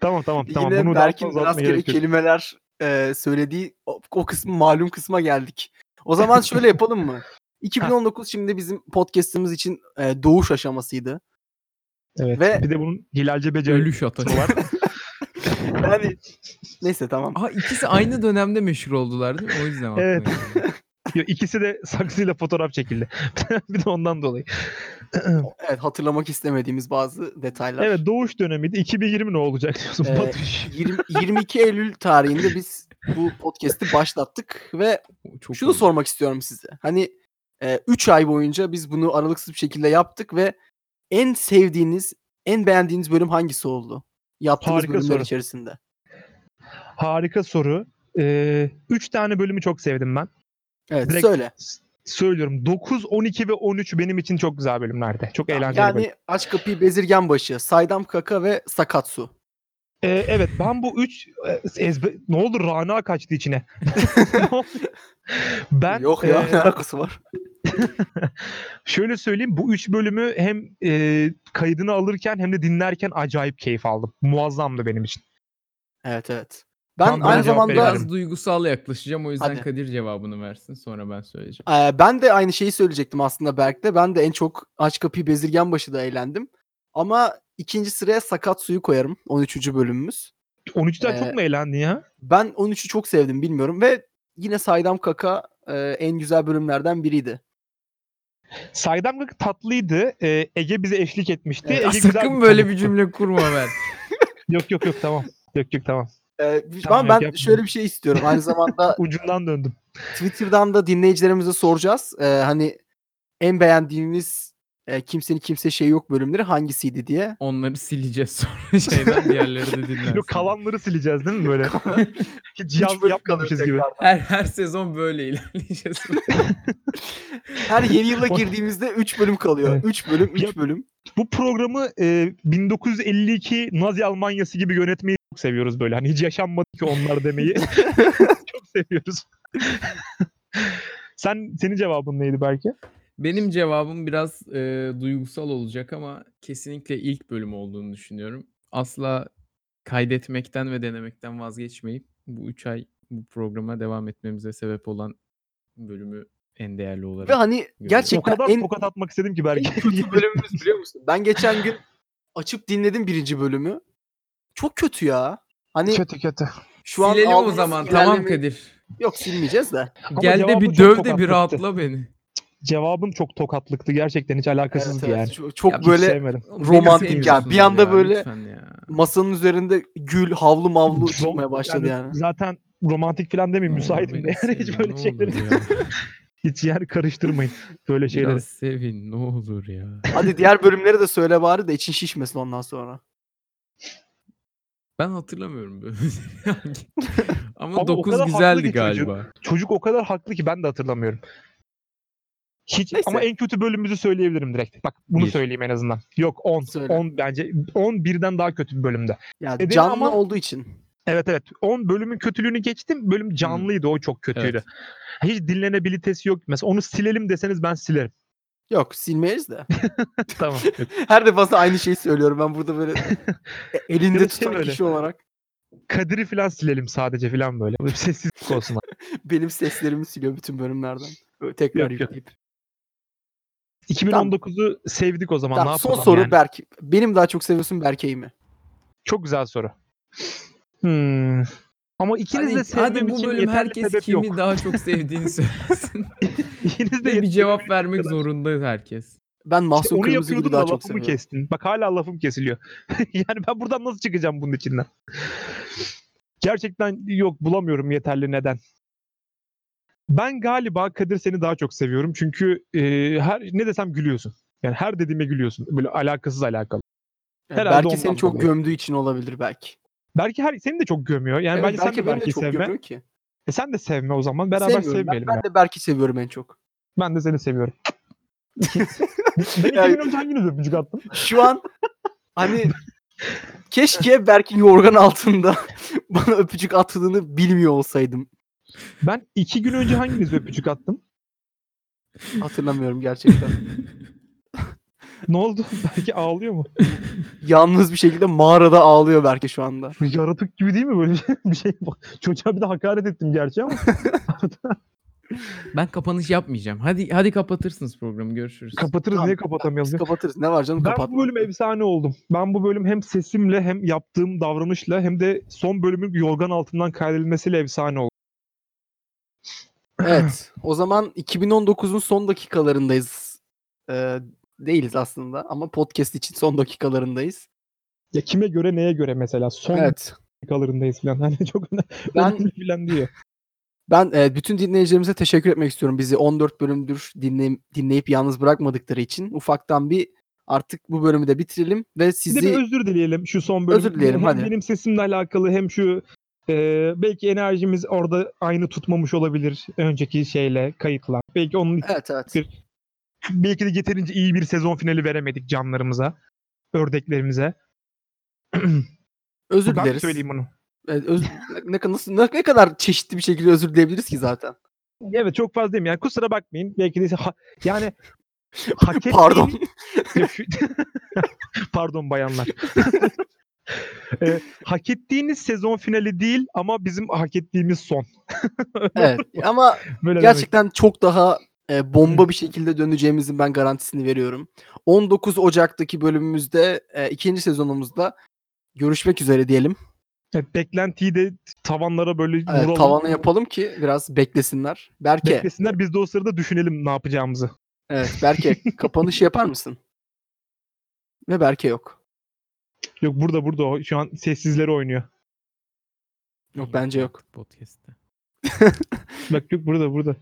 Speaker 4: Tamam tamam tamam.
Speaker 3: Yine
Speaker 4: Bunu daha
Speaker 3: Berk'in
Speaker 4: fazla atmaya
Speaker 3: rastgele
Speaker 4: gerek yok.
Speaker 3: kelimeler e, söylediği o, o kısmı malum kısma geldik. O zaman şöyle yapalım mı? 2019 şimdi bizim podcast'imiz için e, doğuş aşamasıydı.
Speaker 4: Evet.
Speaker 3: Ve-
Speaker 4: Bir de bunun Hilalce Beceri
Speaker 2: Ölüş atacak.
Speaker 4: var.
Speaker 3: Yani neyse tamam.
Speaker 2: Aha ikisi aynı dönemde meşhur oldular değil mi? O yüzden aklıma
Speaker 4: Evet.
Speaker 2: geldi.
Speaker 4: Ya İkisi de saksıyla fotoğraf çekildi. bir de ondan dolayı.
Speaker 3: Evet hatırlamak istemediğimiz bazı detaylar.
Speaker 4: Evet doğuş dönemiydi. 2020 ne olacak diyorsun
Speaker 3: Ee,
Speaker 4: Batış.
Speaker 3: 20 22 Eylül tarihinde biz bu podcast'i başlattık ve
Speaker 2: O Çok
Speaker 3: şunu
Speaker 2: oldu.
Speaker 3: sormak istiyorum size. Hani 3 ay boyunca biz bunu aralıksız bir şekilde yaptık ve en sevdiğiniz, en beğendiğiniz bölüm hangisi oldu? Yaptığınız
Speaker 4: Harika
Speaker 3: bölümler
Speaker 4: soru.
Speaker 3: içerisinde.
Speaker 4: Harika soru. Ee, üç tane bölümü çok sevdim ben.
Speaker 3: Evet
Speaker 4: Direkt
Speaker 3: söyle.
Speaker 4: S- Söylüyorum 9, 12 ve 13 benim için çok güzel bölümlerdi. Çok eğlenceli bölüm.
Speaker 3: Yani aç kapıyı bezirgen başı, saydam kaka ve sakat su.
Speaker 4: Ee, evet ben bu 3 ne oldu Rana kaçtı içine. Ne oldu? ben
Speaker 3: Yok ya
Speaker 4: e,
Speaker 3: ne alakası var?
Speaker 4: Şöyle söyleyeyim bu üç bölümü hem e, kaydını alırken hem de dinlerken acayip keyif aldım. Muazzamdı benim için.
Speaker 3: Evet evet. Ben
Speaker 4: Tam böyle
Speaker 3: aynı
Speaker 4: cevap
Speaker 3: zamanda
Speaker 4: veririm.
Speaker 2: Biraz duygusal yaklaşacağım o yüzden
Speaker 3: Hadi.
Speaker 2: Kadir cevabını versin sonra ben söyleyeceğim.
Speaker 3: Ee, ben de aynı şeyi söyleyecektim aslında Berk'te. Ben de en çok aç kapıyı bezirgen başı da eğlendim. Ama ikinci sıraya sakat suyu koyarım. 13. bölümümüz.
Speaker 4: 13'ten
Speaker 3: Ee,
Speaker 4: çok mu eğlendin ya?
Speaker 3: Ben 13'ü çok sevdim bilmiyorum ve yine saydam kaka e, en güzel bölümlerden biriydi.
Speaker 4: Saydamlık tatlıydı. Ee, Ege bize eşlik etmişti.
Speaker 3: Evet,
Speaker 4: Ege
Speaker 2: Ya
Speaker 4: güzel
Speaker 2: Ee, sakın böyle bir
Speaker 4: konuktu.
Speaker 2: cümle kurma ben.
Speaker 4: Yok yok yok tamam. Yok yok tamam.
Speaker 3: Ee, bir-
Speaker 4: Tamam,
Speaker 3: ben ben
Speaker 4: yapma.
Speaker 3: şöyle bir şey istiyorum. Aynı zamanda
Speaker 4: Ucundan döndüm.
Speaker 3: Twitter'dan da dinleyicilerimize soracağız. Ee, hani en beğendiğimiz e, kimsenin kimse şey yok bölümleri hangisiydi diye.
Speaker 2: Onları sileceğiz sonra şeyden diğerleri de dinlersin.
Speaker 4: Yok kalanları sileceğiz değil mi böyle? Hiç
Speaker 3: Üç
Speaker 4: yaz,
Speaker 3: bölüm
Speaker 4: yapmamışız
Speaker 3: kalıyor
Speaker 4: gibi.
Speaker 3: tekrar.
Speaker 2: Her, her sezon böyle ilerleyeceğiz.
Speaker 3: Her yeni yıla girdiğimizde 3 bölüm kalıyor.
Speaker 4: Evet.
Speaker 3: 3 bölüm,
Speaker 4: Ya-
Speaker 3: 3 bölüm.
Speaker 4: Bu programı e, 1952 Nazi Almanyası gibi yönetmeyi çok seviyoruz böyle. Hani hiç yaşanmadı ki onlar demeyi. çok seviyoruz. Sen senin cevabın neydi belki?
Speaker 2: Benim cevabım biraz e, duygusal olacak ama kesinlikle ilk bölüm olduğunu düşünüyorum. Asla kaydetmekten ve denemekten vazgeçmeyip bu 3 ay bu programa devam etmemize sebep olan bölümü en değerli olarak.
Speaker 3: Ve hani gerçekten
Speaker 4: o kadar
Speaker 3: en
Speaker 4: tokat atmak istedim ki belki.
Speaker 3: kötü bölümümüz biliyor musun? Ben geçen gün açıp dinledim birinci bölümü. Çok kötü ya. Hani
Speaker 4: kötü kötü.
Speaker 3: şu an
Speaker 2: Silelim o
Speaker 3: aldığımız
Speaker 2: zaman
Speaker 3: ilerleme-
Speaker 2: tamam Kadir.
Speaker 3: Yok silmeyeceğiz de.
Speaker 2: Gel de
Speaker 4: cevabı
Speaker 2: bir
Speaker 4: çok
Speaker 2: döv de
Speaker 4: tokatlıktı.
Speaker 2: bir rahatla beni.
Speaker 4: Cevabın çok tokatlıktı. Gerçekten hiç alakasızdı
Speaker 3: Evet, evet.
Speaker 4: yani. şey
Speaker 3: Çok, çok
Speaker 2: Ya
Speaker 4: Hiç
Speaker 3: böyle
Speaker 4: sevmedim.
Speaker 2: Oğlum, beni
Speaker 3: Romantik yani. Bir
Speaker 2: sevmiyorsunuz
Speaker 3: anda
Speaker 2: ya,
Speaker 3: böyle-
Speaker 2: lütfen ya.
Speaker 3: masanın üzerinde gül, havlu mavlu
Speaker 4: Rom-
Speaker 3: çıkmaya başladı yani.
Speaker 4: Zaten romantik falan demeyeyim
Speaker 2: Ne olur
Speaker 4: müsaitim de.
Speaker 2: beni
Speaker 4: Yani hiç
Speaker 2: sevme,
Speaker 4: böyle
Speaker 2: ne
Speaker 4: şeyleri.
Speaker 2: olur ya.
Speaker 4: Hiç yer karıştırmayın böyle şeyleri.
Speaker 2: Biraz sevin ne olur ya.
Speaker 3: Hadi diğer bölümleri de söyle bari de için şişmesin ondan sonra.
Speaker 2: Ben hatırlamıyorum böyle. şey. Ama
Speaker 4: Abi o
Speaker 2: 9
Speaker 4: kadar haklı
Speaker 2: güzeldi
Speaker 4: ki çocuk.
Speaker 2: galiba.
Speaker 4: Çocuk o kadar haklı ki ben de hatırlamıyorum. Hiç
Speaker 3: Neyse.
Speaker 4: ama en kötü bölümümüzü söyleyebilirim direkt. Bak bunu
Speaker 2: Bir.
Speaker 4: söyleyeyim en azından. Yok 10.
Speaker 3: Söyle.
Speaker 4: 10 bence 10 birden daha kötü bir bölümde.
Speaker 3: Ya
Speaker 4: Nedeni
Speaker 3: canlı
Speaker 4: E, ama-
Speaker 3: olduğu için.
Speaker 4: Evet evet. 10 bölümün kötülüğünü geçtim.
Speaker 2: Hmm.
Speaker 4: Bölüm canlıydı o çok kötüydü. Hiç dinlenebilitesi yok. Mesela onu silelim deseniz ben silerim.
Speaker 3: Yok silmeyiz de.
Speaker 4: tamam. Yok.
Speaker 3: Her defasında aynı şeyi söylüyorum ben burada böyle e- elinde
Speaker 4: Biraz
Speaker 3: tutan
Speaker 4: şey böyle.
Speaker 3: kişi olarak
Speaker 4: Kadir'i falan silelim sadece falan böyle. Böyle bir Sessizlik olsun.
Speaker 3: benim seslerimi siliyor bütün bölümlerden. Böyle tekrar
Speaker 4: Yok, yok.
Speaker 3: yükleyip.
Speaker 4: 2019'u sevdik o zaman.
Speaker 3: Tamam,
Speaker 4: ne
Speaker 3: son
Speaker 4: yapalım
Speaker 3: soru
Speaker 4: yani?
Speaker 3: Berk. Benim daha çok seviyorsun Berke'yi mi?
Speaker 4: Çok güzel soru. Hmm. Ama ikiniz de
Speaker 2: Hani Hadi,
Speaker 4: sevmem
Speaker 2: hadi bu
Speaker 4: için
Speaker 2: bölüm
Speaker 4: yeterli
Speaker 2: herkes
Speaker 4: sebep
Speaker 2: kimi
Speaker 4: yok.
Speaker 2: daha çok sevdiğini söylesin.
Speaker 4: İkiniz de
Speaker 2: Ve bir
Speaker 4: yeterli
Speaker 2: cevap vermek zorunda herkes.
Speaker 3: Ben
Speaker 4: İşte
Speaker 3: Mahsun
Speaker 4: onu
Speaker 3: Kırmızı
Speaker 4: yapıyordun
Speaker 3: gibi
Speaker 4: da
Speaker 3: daha
Speaker 4: lafımı
Speaker 3: çok seviyorum.
Speaker 4: kestin. Bak hala lafım kesiliyor. yani ben buradan nasıl çıkacağım bunun içinden? Gerçekten yok bulamıyorum yeterli neden. Ben galiba Kadir seni daha çok seviyorum. Çünkü e, her ne desem gülüyorsun. Yani her dediğime gülüyorsun. Böyle alakasız alakalı.
Speaker 3: Yani
Speaker 4: Herhalde
Speaker 3: Berke seni
Speaker 4: ondan
Speaker 3: çok
Speaker 4: dolayı.
Speaker 3: gömdüğü için olabilir belki.
Speaker 4: Belki her seni de çok gömüyor. Yani
Speaker 3: Evet,
Speaker 4: bence sen de
Speaker 3: beni de
Speaker 4: Berk'i
Speaker 3: çok
Speaker 4: sevme.
Speaker 3: görüyor ki.
Speaker 4: E sen de sevme o zaman. Beraber
Speaker 3: Sevmiyorum. Ben-
Speaker 4: sevmeyelim.
Speaker 3: Ben,
Speaker 4: ya.
Speaker 3: de Berk'i seviyorum en çok.
Speaker 4: Ben de seni seviyorum. ben iki
Speaker 3: Yani-
Speaker 4: gün önce hangi gün öpücük attım?
Speaker 3: Şu an hani keşke Berk'in yorgan altında bana öpücük attığını bilmiyor olsaydım.
Speaker 4: Ben iki gün önce hanginiz öpücük attım?
Speaker 3: Hatırlamıyorum gerçekten.
Speaker 4: Ne oldu? Belki ağlıyor mu?
Speaker 3: Yalnız bir şekilde mağarada ağlıyor Berke şu anda.
Speaker 4: Yaratık gibi değil mi böyle bir şey? Çocuğa bir de hakaret ettim gerçi ama.
Speaker 2: Ben kapanış yapmayacağım. Hadi hadi kapatırsınız programı. Görüşürüz.
Speaker 4: Kapatırız
Speaker 3: Tamam.
Speaker 4: niye kapatamıyoruz?
Speaker 3: Biz
Speaker 4: ya?
Speaker 3: kapatırız. Ne var canım
Speaker 4: Ben
Speaker 3: kapat.
Speaker 4: bu bölüm efsane oldum. Ben bu bölüm hem sesimle hem yaptığım davranışla hem de son bölümün yorgan altından kaydedilmesiyle efsane oldum.
Speaker 3: Evet. O zaman 2019'un son dakikalarındayız. Ee, değiliz aslında ama podcast için son dakikalarındayız.
Speaker 4: Ya kime göre neye göre mesela son
Speaker 3: Evet.
Speaker 4: dakikalarındayız falan. Hani çok önemli
Speaker 3: Ben-
Speaker 4: önemli falan diyor.
Speaker 3: Ben e, bütün dinleyicilerimize teşekkür etmek istiyorum. Bizi 14 bölümdür dinleyip, dinleyip yalnız bırakmadıkları için. Ufaktan bir artık bu bölümü de bitirelim ve
Speaker 4: Bir de bir
Speaker 3: sizi
Speaker 4: özür dileyelim şu son bölüm.
Speaker 3: Özür dileyelim,
Speaker 4: hem
Speaker 3: hadi.
Speaker 4: benim sesimle alakalı hem şu e, belki enerjimiz orada aynı tutmamış olabilir önceki şeyle kayıtla. Belki onun
Speaker 3: Evet evet.
Speaker 4: Bir- belki de yeterince iyi bir sezon finali veremedik canlarımıza, ördeklerimize.
Speaker 3: Özür
Speaker 4: ben mi
Speaker 3: dileriz.
Speaker 4: söyleyeyim bunu?
Speaker 3: Evet, öz- ne, ne- nasıl, ne, ne kadar çeşitli bir şekilde özür dileyebiliriz ki zaten.
Speaker 4: Evet çok fazla değil mi? Yani kusura bakmayın. Belki de ha- yani hak ettiğini-
Speaker 3: Pardon.
Speaker 4: Ya şu- Pardon bayanlar. Ee, hak ettiğiniz sezon finali değil ama bizim hak ettiğimiz son.
Speaker 3: evet. Ama
Speaker 4: Böyle demek.
Speaker 3: gerçekten çok daha e, bomba bir şekilde döneceğimizin ben garantisini veriyorum. 19 Ocak'taki bölümümüzde e, ikinci sezonumuzda görüşmek üzere diyelim.
Speaker 4: Evet, beklentiyi de tavanlara böyle
Speaker 3: Evet,
Speaker 4: vuralım.
Speaker 3: tavanı yapalım ki biraz beklesinler. Berke.
Speaker 4: Beklesinler biz de o sırada düşünelim ne yapacağımızı.
Speaker 3: Evet Berke kapanışı yapar mısın? Ve Berke yok.
Speaker 4: Yok burada burada o şu an sessizleri oynuyor.
Speaker 3: Yok bence yok.
Speaker 2: Podcast'te.
Speaker 4: Bak yok burada burada.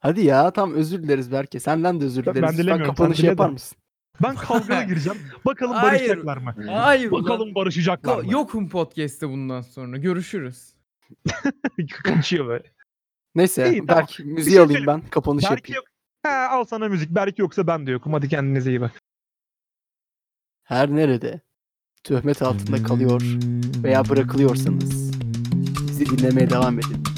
Speaker 3: Hadi ya tam özür dileriz Berke. Senden de özür
Speaker 4: Ben- ben
Speaker 3: dileriz. Lütfen
Speaker 4: dilemiyorum, sen
Speaker 3: kapanışı
Speaker 4: dile de.
Speaker 3: yapar mısın?
Speaker 4: Ben kavgaya gireceğim. Bakalım
Speaker 2: Hayır.
Speaker 4: barışacaklar mı?
Speaker 2: Hayır. ulan.
Speaker 4: Bakalım barışacaklar
Speaker 2: Ka-
Speaker 4: mı?
Speaker 2: yokum podcast'te bundan sonra. Görüşürüz.
Speaker 4: Kaçıyor böyle.
Speaker 3: Neyse
Speaker 4: İyi, tamam.
Speaker 3: Berk müziği
Speaker 4: şey
Speaker 3: alayım ben kapanış
Speaker 4: Berk
Speaker 3: yapayım.
Speaker 4: yok. Ha, al sana müzik. Berk yoksa ben de yokum. Hadi kendinize iyi bak.
Speaker 3: Her nerede töhmet altında kalıyor veya bırakılıyorsanız bizi dinlemeye devam edin.